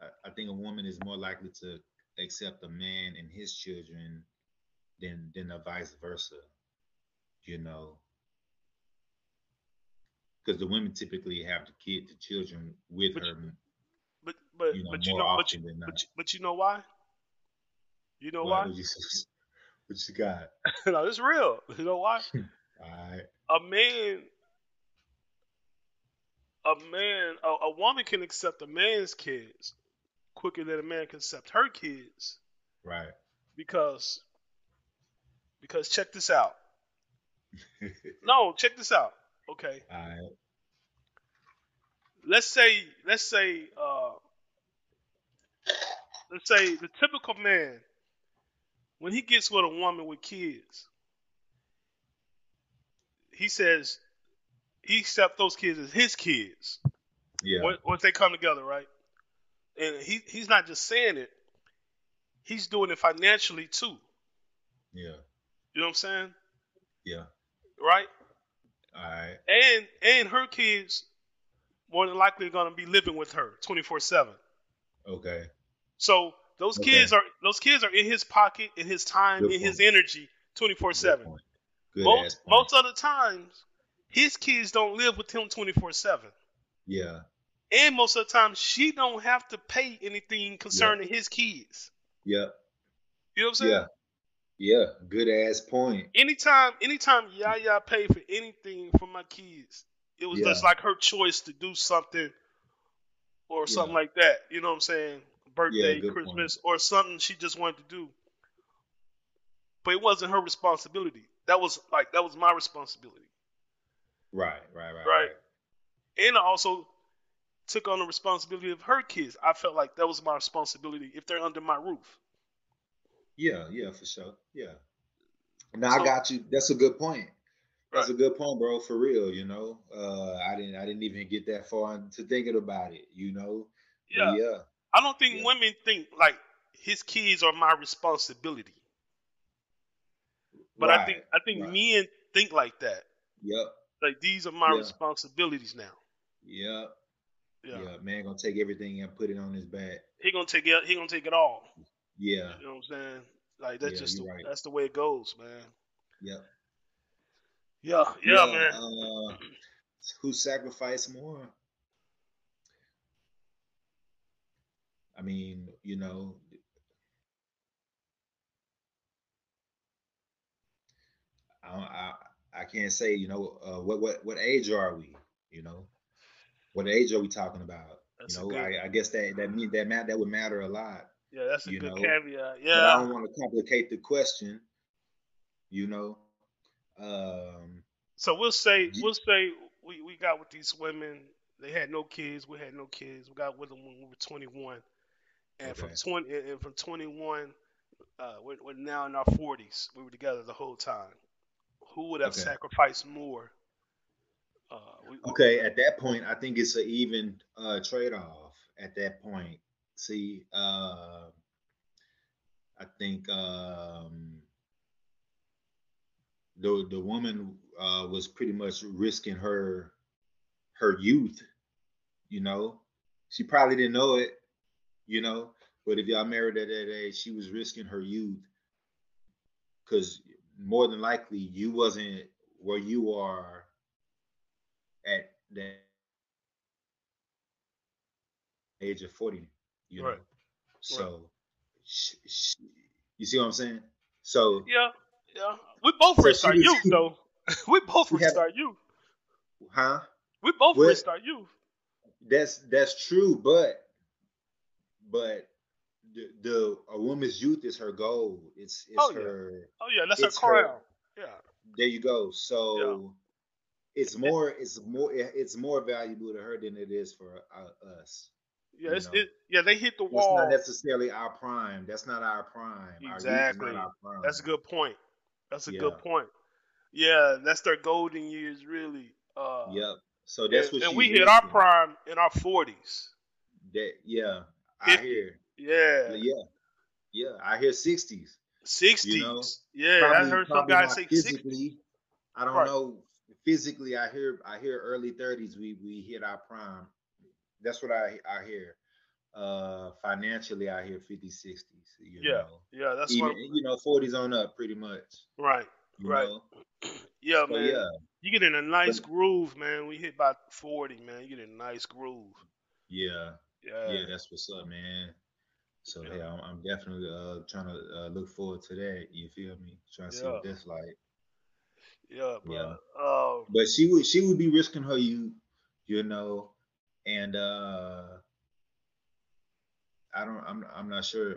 B: I, I think a woman is more likely to accept a man and his children than than a vice versa. You know, because the women typically have the kid, the children with
A: But-
B: her,
A: But but
B: you know,
A: but you
B: more
A: know but you,
B: often than not.
A: but you but you know why? You know
B: Why
A: why?
B: would you, what you got?
A: no, it's real. You know why?
B: All right.
A: a man a man a, a woman can accept a man's kids quicker than a man can accept her kids
B: Right.
A: because because check this out no check this out okay
B: All right.
A: let's say let's say uh let's say the typical man when he gets with a woman with kids he says he accepts those kids as his kids
B: Yeah.
A: Once once they come together, right? And he he's not just saying it; he's doing it financially too.
B: Yeah.
A: You know what I'm saying,
B: Yeah.
A: right?
B: All right.
A: And and her kids more than likely are going to be living with her 24 seven.
B: Okay.
A: So those
B: Okay.
A: kids are those kids are in his pocket, in his time,
B: Good
A: in his
B: point.
A: energy 24
B: Good
A: seven.
B: point. Good ass
A: Most
B: point.
A: most of the times, his kids don't live with him 24 seven.
B: Yeah.
A: And most of the time, she don't have to pay anything concerning his kids.
B: Yeah.
A: You know what I'm saying?
B: Yeah. Yeah. Good ass point.
A: anytime anytime Yaya paid for anything for my kids, it was
B: Yeah.
A: just like her choice to do something or
B: Yeah.
A: something like that. You know what I'm saying? Birthday,
B: good point.
A: Christmas, or something she just wanted to do. But it wasn't her responsibility. That was like that was my responsibility.
B: Right. Right. Right.
A: Right. And I also took on the responsibility of her kids. I felt like that was my responsibility if they're under my roof.
B: Yeah. Yeah. For sure. Yeah. Now
A: So-
B: I got you. That's a good point. That's a good point, bro. For real, you know. Uh, I didn't. I didn't even get that far into thinking about it. You know.
A: Yeah.
B: But yeah.
A: I don't think
B: Yeah.
A: women think like his kids are my responsibility. But I
B: Right.
A: think I think
B: right.
A: men think like that.
B: Yep.
A: Like these are my
B: Yeah.
A: responsibilities now.
B: Yep.
A: Yeah.
B: yeah. Man, gonna take everything and put it on his back.
A: He gonna take it he gonna take it all.
B: Yeah.
A: You know what I'm saying? Like that's
B: Yeah,
A: just the,
B: you right.
A: that's the way it goes, man.
B: Yep.
A: Yeah, yeah, man.
B: Uh, who sacrificed more? I mean, you know, I don't- I, I can't say, you know, uh, what what what age are we? You know, what age are we talking about?
A: That's a
B: you know,
A: good-
B: I, I guess that that mean that ma- that would matter a lot.
A: yeah, that's a
B: you
A: good
B: know,
A: caveat.
B: But I
A: Yeah.
B: don't want to complicate the question. You know, um,
A: So we'll say
B: Ye-
A: we'll say we, we got with these women. They had no kids. We had no kids. We got with them when we were 21, and from
B: Okay.
A: 20 and- and from 21, uh, we're, we're now in our 40s. We were together the whole time. Who would have
B: Okay.
A: sacrificed more? Uh, we, we-
B: Okay, at that point, I think it's an even uh, trade-off. At that point, see, uh, I think um, the the woman uh, was pretty much risking her her youth. You know, she probably didn't know it. You know, but if y'all married at that age, she was risking her youth because more than likely you wasn't where you are at the age of 40 you
A: Right.
B: know so sh sh you see what i'm saying so
A: Yeah, yeah. We both
B: So
A: risked
B: she
A: our
B: was-
A: youth, though. we both
B: We
A: risked
B: have-
A: our youth.
B: huh
A: We both
B: Well-
A: risked our youth.
B: that's that's true but but the, the a woman's youth is her goal it's it's
A: Oh, yeah.
B: her
A: Oh yeah, that's our
B: It's her.
A: crown. Yeah,
B: there you go so it's more it's more it- it's more valuable to her than it is for uh, us
A: yeah.
B: You
A: It's,
B: know.
A: it, yeah, they hit the
B: that's
A: wall.
B: not necessarily our prime that's not our prime Our youth is not
A: Exactly.
B: our prime.
A: That's a good point. That's a
B: Yeah.
A: good point. Yeah, that's their golden years, really. Uh,
B: Yep. So that's
A: and,
B: what
A: and
B: you
A: we hit our
B: missing.
A: prime in our forties.
B: That yeah, I
A: Fifty.
B: hear.
A: Yeah,
B: Yeah, yeah, I hear sixties.
A: sixties.
B: You know,
A: yeah, I heard some guys say sixties.
B: physically. I don't
A: Right.
B: know physically. I hear I hear early thirties. We we hit our prime. That's what I I hear. Uh, financially, I hear 50, 60s. You
A: Yeah,
B: know.
A: Yeah, that's
B: Even,
A: what. I'm-
B: you know, forties on up, pretty much.
A: Right,
B: you
A: Right.
B: know?
A: yeah,
B: So
A: man.
B: yeah,
A: You get in a nice
B: But-
A: groove, man. We hit about forty, man. You get in a nice groove.
B: yeah.
A: Yeah,
B: yeah, that's what's up, man. So
A: Yeah.
B: yeah, I'm, I'm definitely uh, trying to uh, look forward to that. You feel me? Trying to see what that's like.
A: yeah,
B: Yeah.
A: bro. Oh,
B: But she would she would be risking her youth, you know, and uh I don't I'm I'm not sure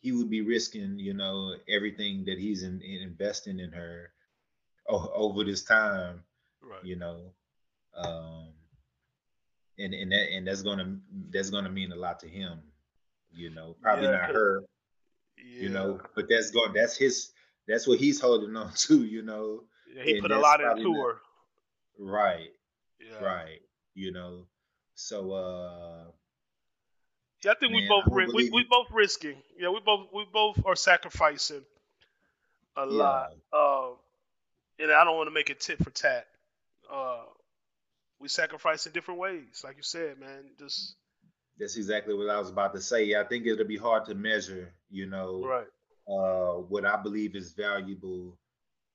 B: he would be risking you know everything that he's in, in investing in her o- over this time,
A: right.
B: you know, um, and and that and that's gonna that's gonna mean a lot to him, you know, probably
A: Yeah,
B: not
A: 'cause-
B: her.
A: Yeah.
B: you know. But that's going. That's his. That's what he's holding on to, you know.
A: Yeah, he
B: and
A: put a
B: that's
A: lot into
B: probably not-
A: her.
B: Right,
A: Yeah.
B: right. You know. So, uh,
A: Yeah, I think we
B: Man,
A: both
B: I don't
A: ri- we,
B: believe
A: we
B: it.
A: both risking. Yeah, we both we both are sacrificing a
B: Yeah.
A: lot. Um, and I don't want to make it tit for tat. Uh, we sacrifice in different ways, like you said, man. Just
B: that's exactly what I was about to say. I think it'll be hard to measure, you know,
A: right,
B: uh, what I believe is valuable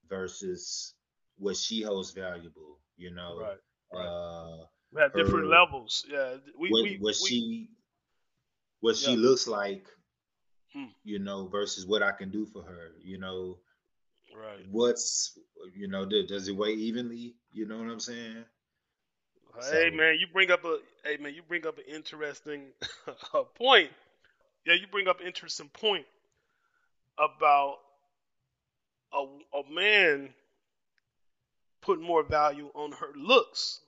B: versus what she holds valuable, you know.
A: right. right.
B: Uh,
A: We have different
B: her-
A: levels. Yeah, we
B: what
A: we,
B: what
A: we
B: she what she
A: Yeah.
B: looks like,
A: Hmm.
B: you know, versus what I can do for her, you know.
A: right.
B: what's you know do- does it weigh evenly you know what i'm saying
A: hey
B: so-
A: man, you bring up a hey man, you bring up an interesting point. Yeah, you bring up an interesting point about a a man putting more value on her looks,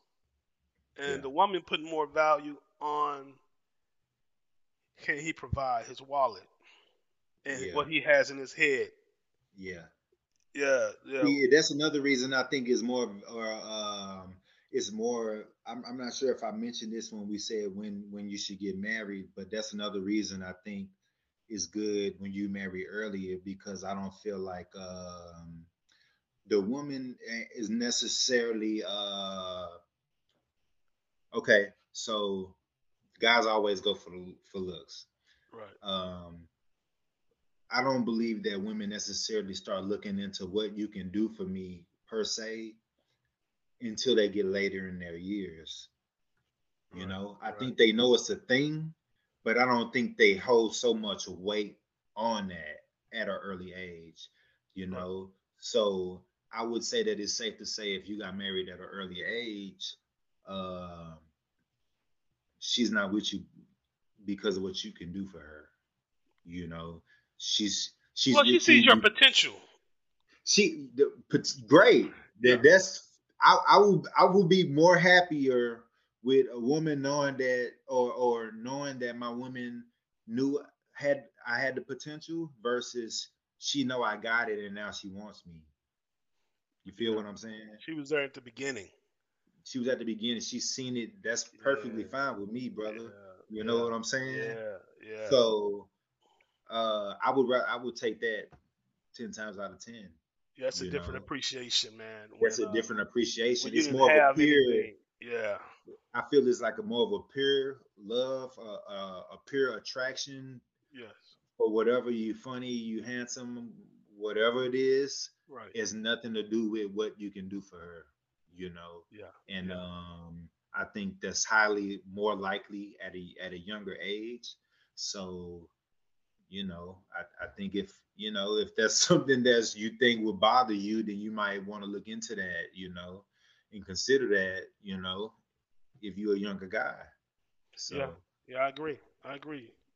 A: and
B: Yeah.
A: the woman putting more value on can he provide his wallet and
B: Yeah.
A: what he has in his head.
B: yeah.
A: Yeah, yeah,
B: Yeah, that's another reason i think is more of- or um it's more I'm, I'm not sure if i mentioned this when we said when when you should get married but that's another reason i think is good when you marry earlier because i don't feel like um the woman eh, is necessarily uh okay so guys always go for for looks
A: right.
B: um, I don't believe that women necessarily start looking into what you can do for me per se until they get later in their years. You
A: Right,
B: know, I
A: right.
B: think they know it's a thing, but I don't think they hold so much weight on that at an early age, you
A: Right.
B: know. So I would say that it's safe to say if you got married at an early age, um, she's not with you because of what you can do for her. You know, she's she's
A: Well, she
B: with
A: sees
B: you
A: your
B: because-
A: potential.
B: she the, but- great.
A: Yeah.
B: That- That's I I will I will be more happier with a woman knowing that or or knowing that my woman knew had I had the potential versus she know I got it and now she wants me. You feel
A: Yeah.
B: what I'm saying?
A: She was there at the beginning.
B: She was at the beginning. She seen it. That's perfectly
A: Yeah.
B: fine with me, brother.
A: Yeah,
B: You know
A: yeah,
B: what I'm saying?
A: Yeah, yeah.
B: So uh, I would ra- I would take that ten times out of ten.
A: Yeah, That's a
B: you
A: different
B: know,
A: appreciation, man.
B: That's
A: When,
B: a
A: uh,
B: different appreciation.
A: When you
B: It's
A: didn't
B: more of a
A: have
B: peer.
A: anything. Yeah,
B: I feel it's like a more of a peer love, a, a, a peer attraction
A: yes,
B: for whatever you funny, you handsome, whatever it is.
A: right.
B: It's nothing to do with what you can do for her, you know.
A: Yeah,
B: And
A: yeah.
B: um, I think that's highly more likely at a at a younger age. So, you know, I, I think if you know if that's something that's you think would bother you, then you might want to look into that, you know, and consider that, you know, if you're a younger guy. So
A: Yeah, I agree. I agree.